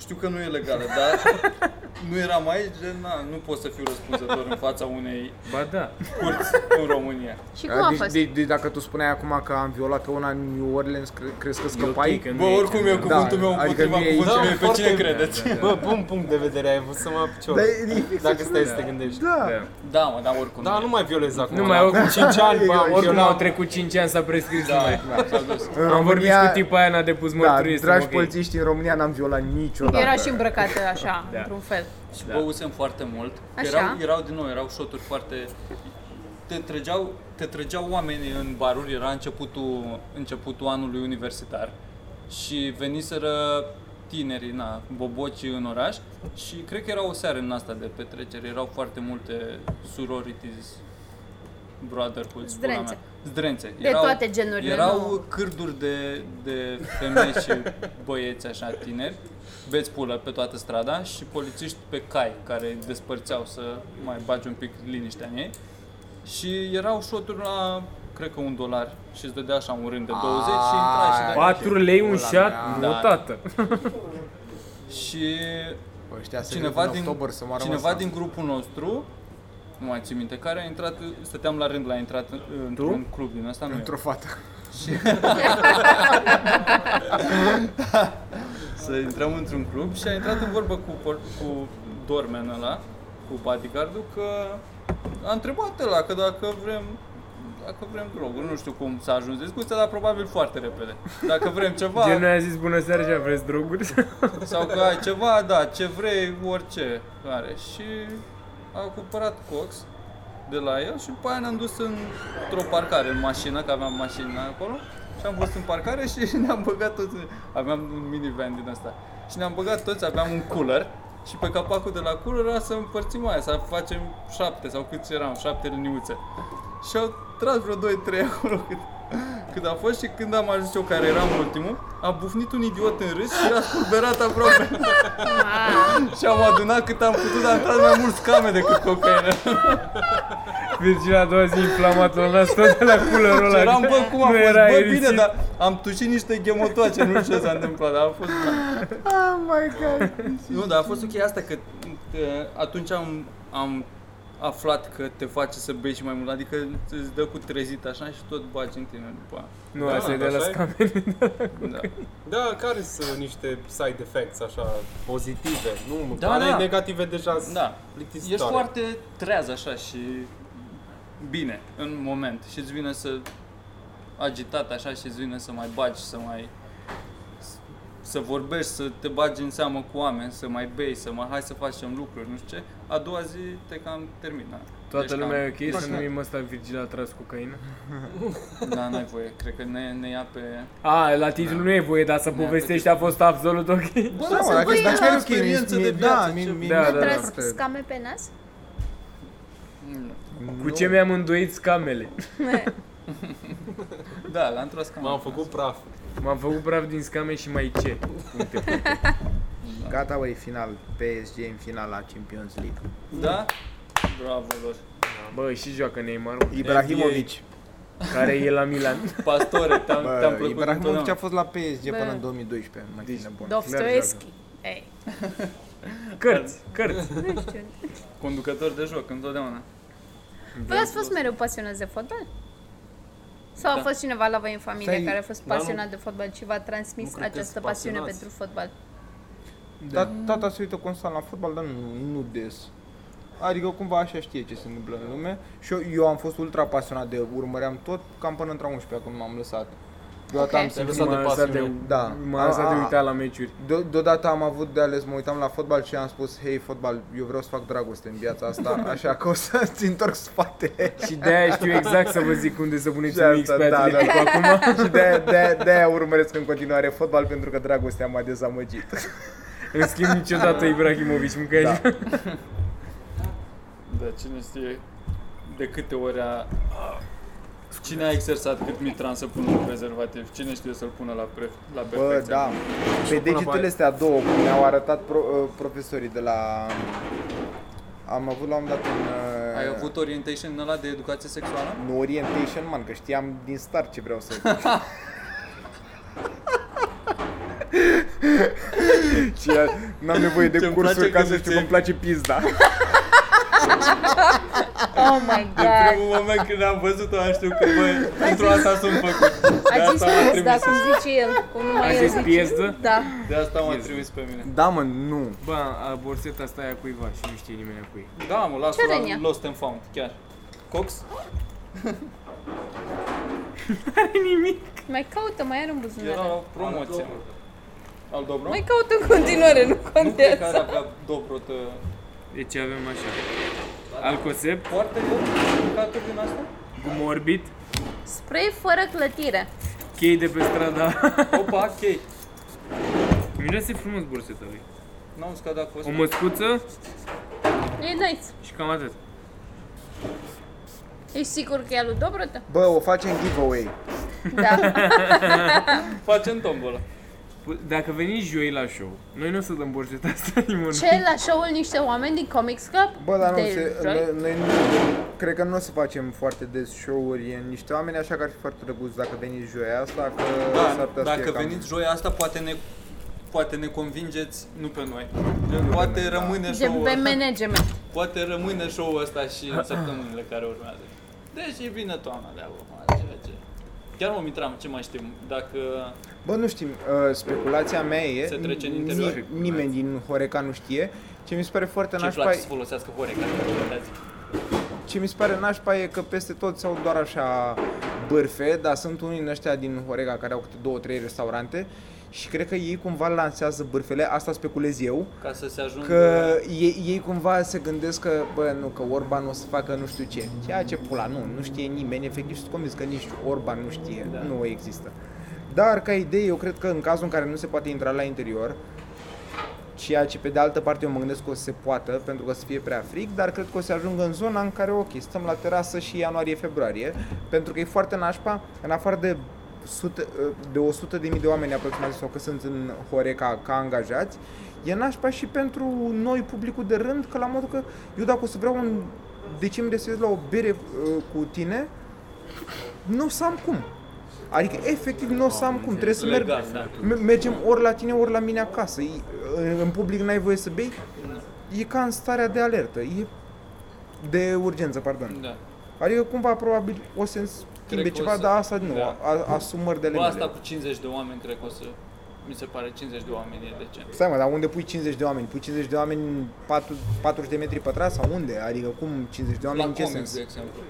Speaker 8: Știu că nu e legală, dar nu eram aici, gen, na, nu pot să fiu răspunzător în fața unei
Speaker 5: Ba da.
Speaker 8: curți în România.
Speaker 4: Și cum a
Speaker 1: Deci,
Speaker 4: fost?
Speaker 1: deci, deci, dacă tu spuneai acum că am violat pe una în New Orleans, cre- crezi că scăpai?
Speaker 5: ok, că nu
Speaker 8: Bă,
Speaker 5: e
Speaker 8: oricum e cuvântul meu
Speaker 1: adică
Speaker 8: împotriva
Speaker 1: nu e aici.
Speaker 8: cuvântului
Speaker 6: Da,
Speaker 8: meu, pe
Speaker 6: foarte
Speaker 8: cine
Speaker 6: bine.
Speaker 8: credeți?
Speaker 6: Bă, bun punct de vedere ai văzut să mă picior.
Speaker 1: Dar e fix
Speaker 6: Dacă
Speaker 1: așa,
Speaker 6: stai
Speaker 1: da.
Speaker 6: să te gândești.
Speaker 1: Da.
Speaker 5: Da.
Speaker 8: Da, mă, dar oricum
Speaker 6: Da,
Speaker 8: e.
Speaker 6: nu mai violez acum.
Speaker 5: Nu mai oricum
Speaker 6: 5 ani, bă, am
Speaker 5: Oricum au
Speaker 6: violat.
Speaker 5: trecut 5 ani, s-a prescris da. mai.
Speaker 8: S-a dus.
Speaker 1: În
Speaker 5: Am vorbit
Speaker 1: România-
Speaker 5: cu tipa aia, n-a depus
Speaker 1: Da,
Speaker 5: mărturie,
Speaker 1: dragi
Speaker 5: suntem ok.
Speaker 1: polițiști, în România n-am violat niciodată.
Speaker 4: Era și îmbrăcată așa,
Speaker 5: Da.
Speaker 4: într-un fel.
Speaker 8: Și băusem foarte mult.
Speaker 4: Așa.
Speaker 8: Erau, erau din nou, erau șoturi foarte... Te trăgeau, te trăgeau oamenii în baruri, era începutul, începutul anului universitar și veniseră tinerii, na, boboci în oraș și cred că era o seară în asta de petrecere, erau foarte multe sororities, brotherhoods, pula
Speaker 4: Zdrențe.
Speaker 8: mea. Zdrențe.
Speaker 4: De toate genurile,
Speaker 8: Erau
Speaker 4: nu-
Speaker 8: cârduri de, de femei și băieți așa tineri, beți pulă pe toată strada și polițiști pe cai care îi despărțeau să mai bagi un pic liniștea în ei. Și erau șoturi la, cred că un dolar și îți dădea așa un rând de 20 și intrai și dai.
Speaker 5: 4 lei un
Speaker 1: mea.
Speaker 5: șat? Nu,
Speaker 8: Da.
Speaker 5: tată.
Speaker 8: Și
Speaker 1: Bă, ăștia se
Speaker 8: cineva,
Speaker 1: cred în
Speaker 8: din,
Speaker 1: october să moară
Speaker 8: cineva
Speaker 1: ăsta.
Speaker 8: din grupul nostru, nu mai țin minte, care a intrat, stăteam la rând, la intrat în- într-un club din ăsta, nu
Speaker 1: Într-o fată.
Speaker 8: să intrăm într-un club și a intrat în vorbă cu, por- cu dormen ăla, cu bodyguardul, că a întrebat ăla că dacă vrem dacă vrem droguri, nu știu cum s-a ajuns discuția, dar probabil foarte repede. Dacă vrem ceva
Speaker 5: Gen noi a zis bună seara și a vreți droguri?
Speaker 8: sau că ai ceva, da, ce vrei, orice are. Și a cumpărat cox de la el și după aia ne-am dus într-o parcare, în mașină, că aveam mașină acolo. Și am fost în parcare și ne-am băgat toți, aveam un minivan din asta. Și ne-am băgat toți, aveam un cooler și pe capacul de la cooler era să împărțim aia, să facem șapte sau câți eram, șapte liniuțe. Și au tras vreo 2-3 acolo cât Cât a fost și când am ajuns eu care eram ultimul, a bufnit un idiot în râs și a spulberat aproape. și am adunat cât am putut, dar am tras mai mult scame decât cocaină.
Speaker 5: Virgina a doua zi inflamat la nas tot de la culerul ăla.
Speaker 8: Și eram, bă, cum a
Speaker 5: Nu
Speaker 8: fost?
Speaker 5: era
Speaker 8: Bă,
Speaker 5: aerisit.
Speaker 8: bine, dar am tușit niște ghemotoace, nu știu ce s-a întâmplat, dar a fost...
Speaker 5: Oh my god.
Speaker 8: Nu, dar a fost ok asta că uh, atunci am, am aflat că te face să bei și mai mult, adică îți dă cu trezit așa și tot bagi în tine după aia.
Speaker 5: Nu,
Speaker 6: Da,
Speaker 5: asta e de
Speaker 6: așa
Speaker 5: la
Speaker 6: e.
Speaker 5: scame.
Speaker 8: Da.
Speaker 6: Da, care sunt niște side effects așa pozitive, nu?
Speaker 8: Da,
Speaker 6: Da,
Speaker 8: da.
Speaker 6: da. negative deja sunt
Speaker 8: Da.
Speaker 6: plictisitoare.
Speaker 8: Ești foarte treaz așa și bine în moment și îți vine să agitat așa și îți vine să mai bagi, să mai să vorbești, să te bagi în seamă cu oameni, să mai bei, să mai hai să facem lucruri, nu știu ce. A doua zi te cam termină.
Speaker 5: Toată lumea e ok să
Speaker 8: nu
Speaker 5: numim ăsta Virgil a tras cocaină?
Speaker 8: Da, n-ai voie. Cred că ne, ne ia pe...
Speaker 5: A, la titlu nu e voie, dar să povestești a fost absolut ok.
Speaker 8: Bă,
Speaker 1: Da, mă, dacă
Speaker 4: băi,
Speaker 1: ești
Speaker 4: da,
Speaker 1: dacă experiență de viață,
Speaker 8: ce-
Speaker 5: Da, da, da.
Speaker 4: Trăiesc scame pe nas?
Speaker 5: Cu ce mi-am îndoit scamele?
Speaker 8: Da, l-am tras cam.
Speaker 6: M-am făcut praf.
Speaker 5: M-am făcut praf din scame și mai ce? Uite.
Speaker 1: Gata, băi, final. PSG în final la Champions League.
Speaker 8: Da? Bravo lor.
Speaker 5: Bă, și joacă Neymar, mă,
Speaker 1: Ibrahimovic.
Speaker 5: care e la Milan.
Speaker 8: Pastore, te-am, te-am
Speaker 1: Bă,
Speaker 8: plăcut
Speaker 1: Ibrahimovic
Speaker 8: întotdeauna.
Speaker 1: a fost la PSG până
Speaker 4: Bă. da.
Speaker 1: în 2012. Mai deci, bun.
Speaker 4: Dostoevski. Ei,
Speaker 5: Cărți, cărți.
Speaker 4: nu știu.
Speaker 8: Conducător de joc, întotdeauna.
Speaker 4: Voi ați fost mereu pasionați de fotbal? Sau
Speaker 5: Da.
Speaker 4: a fost cineva la voi în familie
Speaker 1: Stai,
Speaker 4: care a fost
Speaker 6: dar nu-
Speaker 4: pasionat de fotbal și v-a transmis
Speaker 6: cred că
Speaker 4: această
Speaker 6: sunt
Speaker 4: pasiune
Speaker 6: pasionați.
Speaker 4: pentru fotbal?
Speaker 1: Da. Tata se uită constant la fotbal, dar nu, nu des. Adică cumva așa știe ce se întâmplă în lume și eu, eu am fost ultra pasionat de urmăream tot cam până într-a 11 când m-am lăsat. Deodată
Speaker 4: Ok.
Speaker 1: am simțit,
Speaker 6: lăsat de
Speaker 5: M-a lăsat de,
Speaker 6: pasiune.
Speaker 1: Da.
Speaker 5: m-a lăsat
Speaker 1: A,
Speaker 5: de
Speaker 1: a,
Speaker 5: uitat la meciuri.
Speaker 1: de, deodată am avut de ales, mă uitam la fotbal și am spus, hei fotbal, eu vreau să fac dragoste în viața asta, așa că o să-ți întorc spatele.
Speaker 5: Și de-aia știu exact să vă zic unde să puneți
Speaker 1: Și
Speaker 5: un X
Speaker 1: asta,
Speaker 5: pe
Speaker 1: da, da.
Speaker 5: Atletico acum.
Speaker 1: și de, de, de urmăresc în continuare fotbal pentru că dragostea m-a dezamăgit.
Speaker 5: În schimb, niciodată Ibrahimovic nu că
Speaker 1: Da.
Speaker 8: Da, cine știe de câte ori a... Cine a exersat cât mitran să pună un prezervativ? Cine știe să-l pună la, pre... la
Speaker 1: Bă,
Speaker 8: perfecție?
Speaker 1: da. Pe degetele astea două, cum ne-au arătat pro, uh, profesorii de la... Am avut la un moment dat un... uh,
Speaker 8: Ai avut orientation în ăla de educație sexuală?
Speaker 1: un orientation, man, că știam din start ce vreau să... Și uh, n-am nevoie de
Speaker 8: Ce-mi
Speaker 1: cursuri
Speaker 8: place
Speaker 1: ca
Speaker 8: când
Speaker 1: să știu
Speaker 8: îți
Speaker 1: că îmi place pizda.
Speaker 4: Oh my
Speaker 8: În
Speaker 4: god!
Speaker 8: primul moment când am văzut-o, am știut că, bă, pentru asta sunt făcut. De
Speaker 4: A zis
Speaker 8: asta m-a
Speaker 4: pies, da,
Speaker 8: trimis,
Speaker 4: cum zice el. Cum
Speaker 5: A
Speaker 4: mai el
Speaker 5: zis
Speaker 4: zice.
Speaker 5: piesă?
Speaker 4: Da.
Speaker 8: de asta m-a trimis pe mine.
Speaker 1: Da, mă, nu.
Speaker 5: Bă, a, borseta asta e a cuiva și nu știe nimeni a cui.
Speaker 8: Da, mă, las
Speaker 4: Ce din ea?
Speaker 8: la Lost and Found, chiar. Cox?
Speaker 4: Mai caută, mai are un buzunar.
Speaker 8: Era o promoție. Al Dobro?
Speaker 4: Mai caută în continuare, nu
Speaker 8: Nu cred că are
Speaker 4: contează.
Speaker 8: avea Dobrotă.
Speaker 5: Deci avem așa. Alcosep,
Speaker 8: Foarte căcaturi din asta?
Speaker 5: Gumorbit,
Speaker 4: Spray fără clătire.
Speaker 5: chei de pe strada.
Speaker 8: Opa, ok.
Speaker 5: Miroase frumos borseta lui.
Speaker 8: N-am scadat cu
Speaker 5: O
Speaker 8: asta.
Speaker 5: măscuță
Speaker 4: E nice.
Speaker 5: și cam atât.
Speaker 4: Ești sigur că e al lui Dobrotă?
Speaker 1: Bă, o facem giveaway.
Speaker 4: Da.
Speaker 8: Facem tombola.
Speaker 5: Pu- Dacă veniți joi la show, noi nu o să dăm borseta asta nimănui.
Speaker 4: Ce la show-ul niște oameni din Comics Club?
Speaker 1: Bă, dar nu,
Speaker 4: De
Speaker 1: se,
Speaker 4: joi?
Speaker 1: noi, noi nu, cred că nu o să facem foarte des show-uri în niște oameni, așa că ar fi foarte drăguț dacă veniți joia asta, că s-ar
Speaker 8: Da,
Speaker 1: putea să
Speaker 8: dacă
Speaker 1: fie cam-
Speaker 8: veniți joia asta, poate ne poate ne convingeți, nu pe noi. Poate rămâne
Speaker 4: de
Speaker 8: show-ul
Speaker 4: pe
Speaker 8: ăsta,
Speaker 4: management.
Speaker 8: poate rămâne show-ul ăsta și în săptămânile care urmează. Deci e bine toamna de acum, ce, ce. Chiar mă mitram, ce mai știm, dacă
Speaker 1: Bă, nu știm, uh, speculația mea e,
Speaker 8: Se trece în interior?
Speaker 1: ni- nimeni din Horeca nu știe, ce mi se pare foarte
Speaker 8: ce
Speaker 1: nașpa,
Speaker 8: place să folosească Horeca.
Speaker 1: ce mi se pare nașpa e că peste tot sau doar așa bârfe, dar sunt unii din ăștia din Horeca care au câte două, trei restaurante și cred că ei cumva lansează bârfele, asta speculez eu,
Speaker 8: Ca să se ajungă...
Speaker 1: că ei, ei cumva se gândesc că, bă, nu, că Orban o să facă nu știu ce. Ceea ce pula, nu, nu știe nimeni, efectiv sunt convins că nici Orban nu știe, da. nu există. Dar ca idee, eu cred că în cazul în care nu se poate intra la interior, ceea ce pe de altă parte eu mă gândesc că o să se poată, pentru că o să fie prea frig, dar cred că o să ajungă în zona în care, ok, stăm la terasă și ianuarie-februarie, pentru că e foarte nașpa, în afară de sute, de 100 de mii de oameni aproximativ sau că sunt în Horeca ca angajați, e nașpa și pentru noi, publicul de rând, că la modul că eu dacă o să vreau în decembrie să ies la o bere uh, cu tine, nu o să am cum. Adică efectiv nu o să am cum, trebuie să merg,
Speaker 8: Legat, da.
Speaker 1: me- mergem ori la tine, ori la mine acasă. E- În public n-ai voie să bei, e ca în starea de alertă, e de urgență, pardon.
Speaker 8: Da.
Speaker 1: Adică cumva probabil o să
Speaker 8: Cred
Speaker 1: schimbe
Speaker 8: că o
Speaker 1: ceva,
Speaker 8: să-
Speaker 1: dar asta nu,
Speaker 8: da.
Speaker 1: a, asumări de
Speaker 8: Cu
Speaker 1: ale
Speaker 8: asta
Speaker 1: mele.
Speaker 8: cu 50 de oameni, cred că o să... Mi se pare 50 de oameni e decent.
Speaker 1: Stai mă, dar unde pui 50 de oameni? Pui 50 de oameni în patru- 40 de metri pătrați sau unde? Adică cum 50 de
Speaker 8: La
Speaker 1: oameni în ce
Speaker 8: comics,
Speaker 1: sens?
Speaker 8: de exemplu.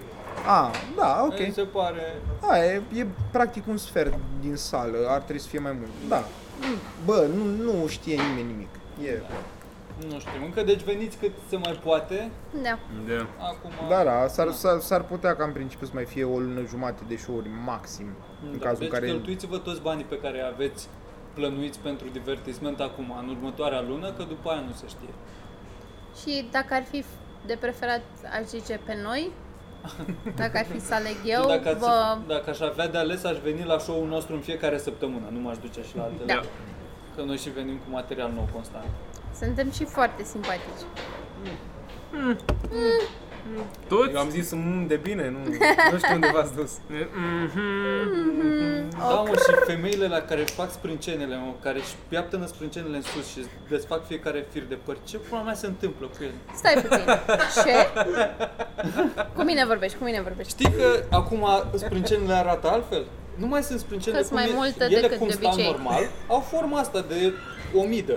Speaker 1: A, da, ok.
Speaker 8: Mi se pare...
Speaker 1: A, e, e practic un sfert din sală, ar trebui să fie mai mult. Da. Mm, Bă, nu, nu știe nimeni nimic.
Speaker 8: Da.
Speaker 1: E,
Speaker 8: Nu știu, încă deci veniți cât se mai poate.
Speaker 9: Da.
Speaker 10: Da.
Speaker 8: Acum...
Speaker 1: da, da, s-ar, s-ar, s-ar putea ca în principiu să mai fie o lună jumate de show-uri maxim. În
Speaker 8: Da,
Speaker 1: cazul
Speaker 8: deci
Speaker 1: care...
Speaker 8: cheltuiți-vă toți banii pe care îi aveți plănuiți pentru divertisment acum, în următoarea lună, că după aia nu se știe.
Speaker 9: Și dacă ar fi de preferat, aș zice pe noi, dacă ar fi să aleg eu,
Speaker 8: dacă, ați,
Speaker 9: vă...
Speaker 8: dacă aș avea de ales, aș veni la show-ul nostru în fiecare săptămână, nu m-aș duce și la altele.
Speaker 9: Da.
Speaker 8: Că noi și venim cu material nou constant.
Speaker 9: suntem și foarte simpatici.
Speaker 5: Toți?
Speaker 6: Eu am zis mm, de bine, nu, nu știu unde v-ați dus.
Speaker 5: Mhm.
Speaker 8: Da, mă, și femeile la care își fac sprâncenele, mă, care își piaptănă sprâncenele în sus și îți desfac fiecare fir de păr, ce pula mea se întâmplă cu el?
Speaker 9: Stai puțin. Ce? Cu mine vorbești, cu mine vorbești.
Speaker 8: Știi că acum sprâncenele arată altfel? Nu mai sunt sprâncene
Speaker 9: Că-s
Speaker 8: cum
Speaker 9: mai
Speaker 8: e-
Speaker 9: multe
Speaker 8: ele
Speaker 9: decât
Speaker 8: cum
Speaker 9: de
Speaker 8: stau
Speaker 9: obicei.
Speaker 8: normal, au forma asta de omidă.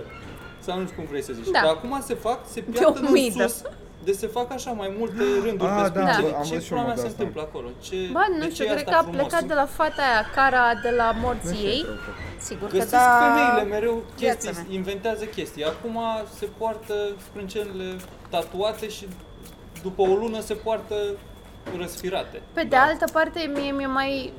Speaker 8: Sau nu știu cum vrei să zici.
Speaker 9: Da.
Speaker 8: Dar acum se fac, se piaptă în
Speaker 9: omidă.
Speaker 8: sus. Deci se fac așa mai multe rânduri
Speaker 1: Ah,
Speaker 8: de
Speaker 1: da,
Speaker 8: sprâncene.
Speaker 1: am
Speaker 8: ce
Speaker 1: văzut și eu
Speaker 8: pula mea
Speaker 1: moda
Speaker 8: se
Speaker 1: asta.
Speaker 8: întâmplă acolo? Ce,
Speaker 4: Bă,
Speaker 8: de
Speaker 4: nu
Speaker 8: ce
Speaker 4: știu,
Speaker 8: Deci e
Speaker 4: cred
Speaker 8: asta
Speaker 4: că a
Speaker 8: frumos?
Speaker 4: plecat de la fata aia, cara de la morții ei. Sigur că
Speaker 8: Găsesc
Speaker 4: da.
Speaker 8: femeile mereu
Speaker 9: Viața
Speaker 8: chestii,
Speaker 9: mea.
Speaker 8: inventează chestii. Acum se poartă sprâncenele tatuate și după o lună se poartă răsfirate.
Speaker 4: Pe de altă parte, mie mi-e mai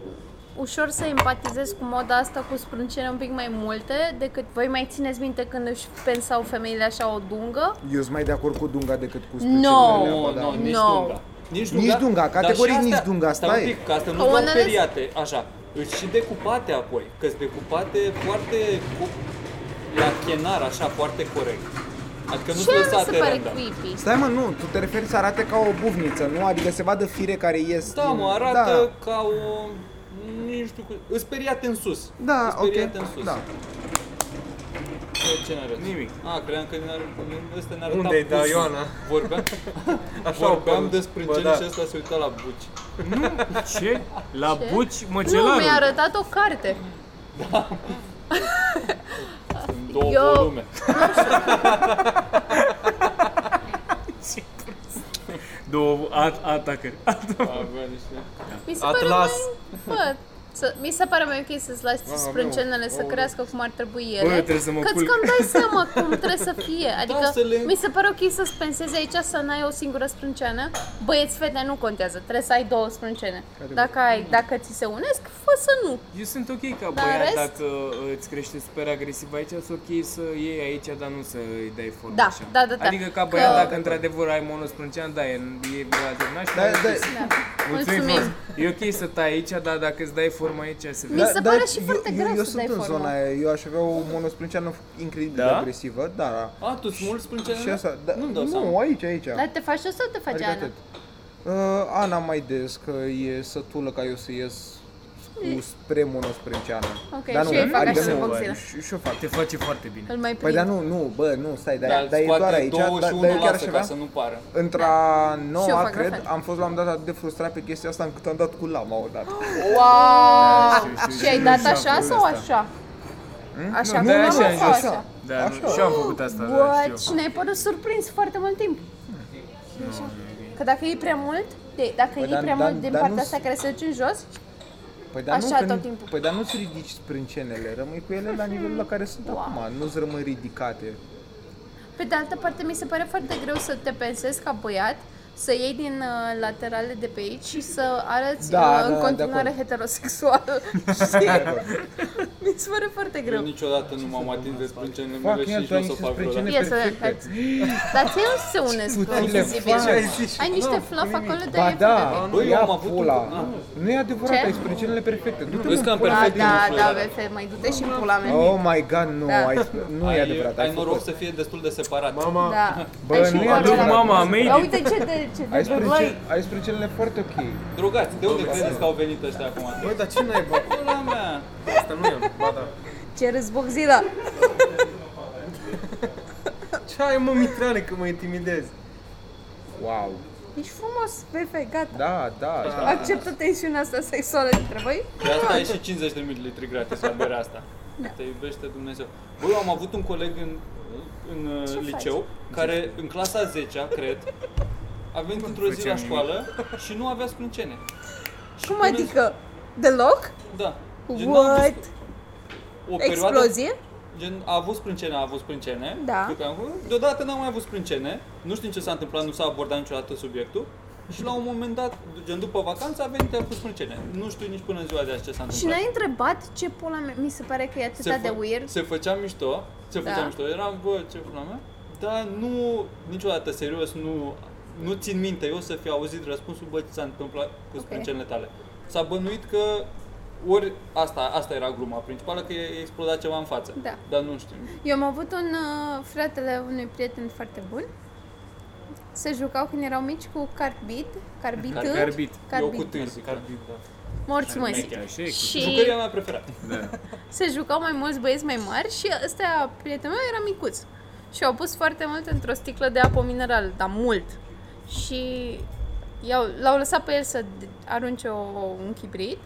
Speaker 4: ușor să empatizez cu moda asta cu sprâncene un pic mai multe decât voi mai țineți minte când își pensau femeile așa o dungă?
Speaker 1: Eu sunt mai de acord cu Dunga decât cu
Speaker 4: No!
Speaker 1: specialele alea,
Speaker 8: Nu,
Speaker 1: bă,
Speaker 8: nu, nici
Speaker 4: No.
Speaker 8: dunga. Nici dunga,
Speaker 1: Nici dunga,
Speaker 8: dar și
Speaker 1: categoric
Speaker 8: astea-
Speaker 1: nici dunga,
Speaker 8: stai
Speaker 1: stai.
Speaker 8: un pic, că astea nu
Speaker 4: Că
Speaker 8: sunt
Speaker 4: unele-
Speaker 8: periate, așa. Îți și decupate apoi, că sunt decupate foarte cu- la chenar, așa, foarte corect. Adică nu
Speaker 4: Ce
Speaker 8: sunt
Speaker 4: nu se
Speaker 8: lăsate
Speaker 4: pare
Speaker 8: random.
Speaker 4: creepy?
Speaker 1: Stai mă, nu, tu te referi să arate ca o bufniță, nu? Adică se vadă fire care ies
Speaker 8: Da,
Speaker 1: din-
Speaker 8: mă, arată ca o... Nu știu cum... Îți periate în sus.
Speaker 1: Da,
Speaker 8: Îți
Speaker 1: da ok.
Speaker 8: periate în sus.
Speaker 1: Da.
Speaker 8: Ce- Ce n
Speaker 6: Nimic.
Speaker 8: A, credeam că n-ar... Ăsta ne-ar
Speaker 6: Unde-i, da, Ioana?
Speaker 8: Vorbeam,
Speaker 6: Așa au
Speaker 8: vorbeam
Speaker 6: părut.
Speaker 8: de sprâncene
Speaker 6: Bă, da.
Speaker 8: și ăsta se uita la buci.
Speaker 5: Ce? La buci
Speaker 4: Nu,
Speaker 5: măcelarul?
Speaker 4: mi-a arătat o carte.
Speaker 8: În Da. două
Speaker 4: Eu-
Speaker 8: volume.
Speaker 5: Două at- atacări.
Speaker 8: Avea niște...
Speaker 4: Mi se pare mai...
Speaker 6: Atlas.
Speaker 4: Bă, să, mi se pare mai ok să-ți lași sprâncenele să crească cum ar trebui ele.
Speaker 5: Bă, trebuie să mă
Speaker 4: Că-ți
Speaker 5: culc.
Speaker 4: cam dai seama cum trebuie să fie. Adică
Speaker 8: Da, să le-
Speaker 4: mi se pare ok să spensezi aici să n-ai o singură sprânceană. Băieți, fete, nu contează. Trebuie să ai două sprâncene. Dacă, ai, dacă ți se unesc, fă să nu.
Speaker 5: Eu sunt ok ca
Speaker 4: Dar
Speaker 5: băiat
Speaker 4: rest-
Speaker 5: dacă uh, îți crește super agresiv aici, sunt ok să iei aici, dar nu să îi dai forță
Speaker 4: Da,
Speaker 5: așa.
Speaker 4: da, da, da.
Speaker 5: Adică ca băiat,
Speaker 4: Că-
Speaker 5: dacă într-adevăr ai monosprâncean, da, e, e adevărat și
Speaker 1: Da,
Speaker 5: mai
Speaker 1: da.
Speaker 5: ok să-
Speaker 4: Mulțumim.
Speaker 5: frumos. E ok să tai aici, dar dacă îți dai forma aici, se
Speaker 4: Mi
Speaker 5: vede.
Speaker 4: se
Speaker 1: Da,
Speaker 4: pare
Speaker 1: dar
Speaker 4: și foarte
Speaker 1: eu,
Speaker 4: greu
Speaker 1: eu, eu
Speaker 4: să
Speaker 1: sunt
Speaker 4: dai
Speaker 1: în
Speaker 4: forma.
Speaker 1: zona aia, eu aș avea o monosprânceană incredibil de
Speaker 5: Da?
Speaker 1: agresivă, da, da.
Speaker 8: A, tu îți mulți sprâncene?
Speaker 1: Și asta, da,
Speaker 8: Nu-mi
Speaker 1: nu,
Speaker 8: dau seama.
Speaker 1: nu aici, aici.
Speaker 4: Dar te faci tu sau te
Speaker 1: Adică
Speaker 4: faci Ana?
Speaker 1: Uh, Ana mai des că e sătulă ca eu să ies cu spre monosprânceană.
Speaker 4: Ok, și ei fac așa pe boxile.
Speaker 1: și, și eu fac.
Speaker 5: Te face foarte bine.
Speaker 4: Îl mai
Speaker 1: adică Păi dar
Speaker 4: prind.
Speaker 1: nu, nu, bă, nu, stai, dar,
Speaker 8: Da,
Speaker 1: dar e doar aici, dar,
Speaker 8: două
Speaker 1: dar
Speaker 8: și
Speaker 1: eu
Speaker 8: unul
Speaker 1: chiar
Speaker 8: lasă
Speaker 1: așa da?
Speaker 8: ca
Speaker 1: aveam.
Speaker 8: să nu pară.
Speaker 1: Într-a
Speaker 4: Da. Și eu
Speaker 1: noua,
Speaker 4: fac la
Speaker 1: cred,
Speaker 4: fel.
Speaker 1: am fost la un moment dat atât de frustrat pe chestia asta încât am dat cu lama odată.
Speaker 4: Ah, Wow!
Speaker 5: știu, știu,
Speaker 4: Și ai
Speaker 5: știu,
Speaker 4: dat
Speaker 5: știu,
Speaker 4: așa
Speaker 5: știu
Speaker 4: sau
Speaker 5: asta.
Speaker 4: așa? Așa,
Speaker 5: Hm? Nu,
Speaker 4: cu mâna
Speaker 5: de-aia așa
Speaker 4: sau
Speaker 5: am zis.
Speaker 4: așa?
Speaker 5: Da,
Speaker 1: Așa.
Speaker 5: nu, și eu am făcut asta, da,
Speaker 4: What?
Speaker 5: știu.
Speaker 4: Și ne-ai părut surprins foarte mult timp. Așa. Că dacă e prea mult, de, dacă e
Speaker 1: Păi, dar-
Speaker 4: prea
Speaker 1: dar-
Speaker 4: mult din
Speaker 1: dar
Speaker 4: partea
Speaker 1: nu-
Speaker 4: asta care se duce în jos,
Speaker 1: Păi dar
Speaker 4: Așa
Speaker 1: nu, că
Speaker 4: tot
Speaker 1: nu-
Speaker 4: timpul.
Speaker 1: Păi dar nu-ți ridici sprâncenele, rămâi cu ele la nivelul la care sunt acum, nu-ți rămân ridicate.
Speaker 4: pe de altă parte mi se pare foarte greu să te pensezi ca băiat, să iei din uh, laterale de pe aici și să arăți
Speaker 1: Da,
Speaker 4: uh,
Speaker 1: da,
Speaker 4: în
Speaker 1: de
Speaker 4: continuare
Speaker 1: acord.
Speaker 4: heterosexual.
Speaker 1: De acord.
Speaker 4: Mi se pare foarte
Speaker 8: Eu
Speaker 4: greu.
Speaker 8: niciodată nu m-am atins de sprâncenele
Speaker 1: Fac
Speaker 8: mele și
Speaker 1: el,
Speaker 8: nici
Speaker 1: tu
Speaker 8: nu o
Speaker 1: ai
Speaker 8: să
Speaker 1: niște
Speaker 8: fac vreodată.
Speaker 1: sprâncene
Speaker 4: Ia să
Speaker 1: perfecte.
Speaker 4: Dar ție nu se unesc cu
Speaker 1: Putile,
Speaker 4: vizibil.
Speaker 1: faci.
Speaker 4: Ai niște fluff acolo de
Speaker 1: Ba da,
Speaker 4: evident.
Speaker 8: Băi, eu
Speaker 1: ia
Speaker 8: am avut un-
Speaker 1: pula.
Speaker 8: da.
Speaker 1: Nu e adevărat,
Speaker 4: Ce?
Speaker 1: ai sprâncenele perfecte. Du-te
Speaker 8: Vezi
Speaker 1: mă,
Speaker 8: că am
Speaker 1: pula.
Speaker 4: Ba
Speaker 8: perfect
Speaker 4: da,
Speaker 8: din
Speaker 4: da,
Speaker 8: frunze.
Speaker 4: BF, mai du-te și în pula mea.
Speaker 1: Oh my god, nu,
Speaker 4: Da.
Speaker 1: ai, nu e
Speaker 8: Ai-
Speaker 1: adevărat, ai,
Speaker 8: Ai noroc
Speaker 1: făcut.
Speaker 8: să fie destul de separat.
Speaker 6: Mama,
Speaker 4: Da.
Speaker 1: Bă,
Speaker 4: Ai și
Speaker 1: nu e
Speaker 4: pula.
Speaker 1: adevărat.
Speaker 5: Mama, am made
Speaker 4: Ia
Speaker 5: it.
Speaker 4: uite ce de ce de
Speaker 1: Ai,
Speaker 4: de-
Speaker 1: sprâncen, ai sprâncenele foarte ok.
Speaker 8: Drogați, de unde credeți că au venit ăștia acum?
Speaker 6: băi, dar ce naiba?
Speaker 8: Pula mea!
Speaker 6: Asta nu e, ba da.
Speaker 4: Ce râs Boxila.
Speaker 6: Ce ai mă, mitrane, că mă intimidezi?
Speaker 1: Wow.
Speaker 4: Ești frumos, BF, gata.
Speaker 1: Da, da, da.
Speaker 4: Acceptă tensiunea asta sexuală dintre voi.
Speaker 8: De asta e și 50 de mililitri gratis la berea asta. Te iubește Dumnezeu. Bă, eu am avut un coleg în, în uh, liceu, care în clasa 10 cred, a venit într-o zi la școală și nu avea sprâncene. Și
Speaker 4: Cum
Speaker 8: până-
Speaker 4: adică? Deloc?
Speaker 8: Da. Gen, n-am
Speaker 4: What?
Speaker 8: văzut- O perioadă,
Speaker 4: Explozie?
Speaker 8: gen, a avut sprâncene, a avut sprâncene.
Speaker 4: Da.
Speaker 8: Știu că am avut- Deodată n-am mai avut sprâncene, nu știm ce s-a întâmplat, nu s-a abordat niciodată subiectul. Și la un moment dat, gen după vacanță, a venit cu sprâncene. Nu știu nici până în ziua de azi ce s-a întâmplat.
Speaker 4: Și n-ai întrebat ce pula mea? Mi se pare că e atâta de
Speaker 8: fă-
Speaker 4: weird.
Speaker 8: Se făcea mișto, se făcea
Speaker 4: Da.
Speaker 8: mișto, eram, bă, ce pula mea, dar nu, niciodată, serios, nu, nu țin minte eu să fi auzit răspunsul, bă, ce s-a întâmplat cu sprâncenele tale. S-a bănuit că ori asta, asta era gluma principală, că e explodat ceva în față.
Speaker 4: Da.
Speaker 8: Dar nu știu.
Speaker 4: Eu am avut un uh, fratele unui prieten foarte bun. Se jucau când erau mici cu carbid, carbid,
Speaker 8: Car-
Speaker 5: carbid.
Speaker 8: Eu cu
Speaker 4: carbid.
Speaker 8: târzi.
Speaker 6: Carbid, da.
Speaker 4: morți măsii. Și
Speaker 8: Jucăria mea preferată.
Speaker 4: se jucau mai mulți băieți mai mari și ăsta, prietenul meu, era micuț. Și au pus foarte mult într-o sticlă de apă minerală, dar mult. Și i-au, l-au lăsat pe el să de- arunce o, un chibrit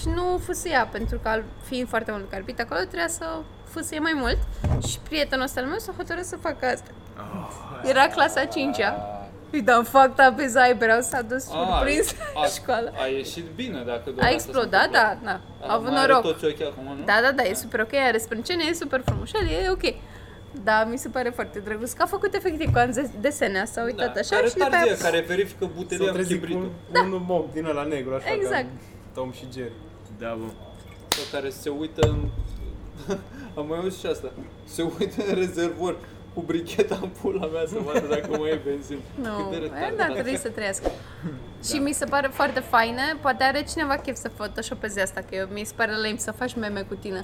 Speaker 4: și nu fusea, pentru că al- fiind foarte mult carbit acolo, trebuia să fusee mai mult. Și prietenul ăsta al meu s-a hotărât să facă asta.
Speaker 8: Oh.
Speaker 4: Era clasa 5-a. Îi dau facta pe zaiberau, s-a dus surprins la școală.
Speaker 8: A, a ieșit bine dacă doar
Speaker 4: A
Speaker 8: asta s-a
Speaker 4: explodat,
Speaker 8: întâmplat.
Speaker 4: da, da. A avut
Speaker 8: mai are
Speaker 4: noroc.
Speaker 8: toți ochii acum, nu?
Speaker 4: Da, da, da, e super ok, are sprâncene, e super frumos, el e ok. Da, mi se pare foarte drăguț că a făcut efectiv cu anze- desene, s-a uitat da, așa
Speaker 8: care
Speaker 4: și după
Speaker 8: tardie,
Speaker 4: aia...
Speaker 8: care verifică
Speaker 6: S-au
Speaker 8: butelia cu
Speaker 6: trezit cu
Speaker 8: chibritul.
Speaker 6: un, da. un mob din ăla negru, așa
Speaker 4: Exact.
Speaker 6: ca Tom și Jerry.
Speaker 5: Da, bă.
Speaker 8: sau care se uită în... Am mai auzit și asta. Se uită în rezervor cu bricheta în pula mea să vadă dacă mai e benzin.
Speaker 4: Nu,
Speaker 8: Cât de
Speaker 4: e,
Speaker 8: retardat.
Speaker 4: da, trebuie să trăiască. Și mi se pare foarte faină, poate are cineva chef să photoshopeze asta, că eu, mi se pare lame să faci meme cu tine.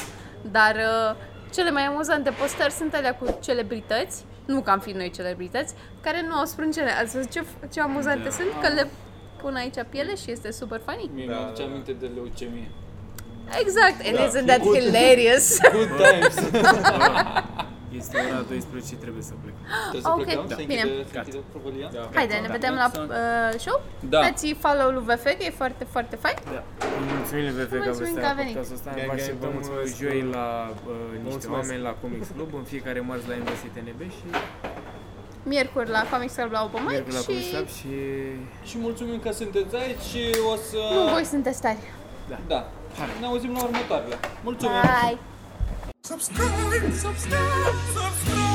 Speaker 4: Dar uh, cele mai amuzante postări sunt alea cu celebrități, nu că am fi noi celebrități, care nu au sprâncene. Ați văzut ce, ce amuzante sunt? Că le pun aici piele și este super funny?
Speaker 8: Mie mi-a aduce aminte de leucemie.
Speaker 4: Ah, Exact, and isn't that hilarious?
Speaker 8: Good times!
Speaker 5: Este ora 12, trebuie să plec.
Speaker 8: Trebuie să
Speaker 4: Ok,
Speaker 8: plecăm?
Speaker 4: da.
Speaker 8: Se
Speaker 4: Bine.
Speaker 8: închide, se închide probalia?
Speaker 4: Haide, ne vedem la uh, show.
Speaker 8: Da.
Speaker 4: Dați follow lui VF, că e foarte, foarte fain.
Speaker 5: Mulțumim, VF, că
Speaker 4: Mulțumim
Speaker 5: aveți
Speaker 4: că a
Speaker 5: la
Speaker 4: venit.
Speaker 5: podcastul ăsta.
Speaker 6: Gang,
Speaker 5: Vă
Speaker 6: gang,
Speaker 5: așteptăm uh,
Speaker 6: vă mulțumesc.
Speaker 5: joi la uh, niște
Speaker 6: Mulțumesc.
Speaker 5: oameni la Comics Club, în fiecare marți la MVCTNB și
Speaker 4: Miercuri la Comics Club la Open Mic
Speaker 5: miercuri la Comics
Speaker 4: și...
Speaker 5: Club și
Speaker 8: Și mulțumim că sunteți aici și o să...
Speaker 4: Nu, voi sunteți tari.
Speaker 8: Da. Ne auzim la următoarele. Mulțumim!
Speaker 4: Bye!
Speaker 11: subscribe, subscribe, subscribe.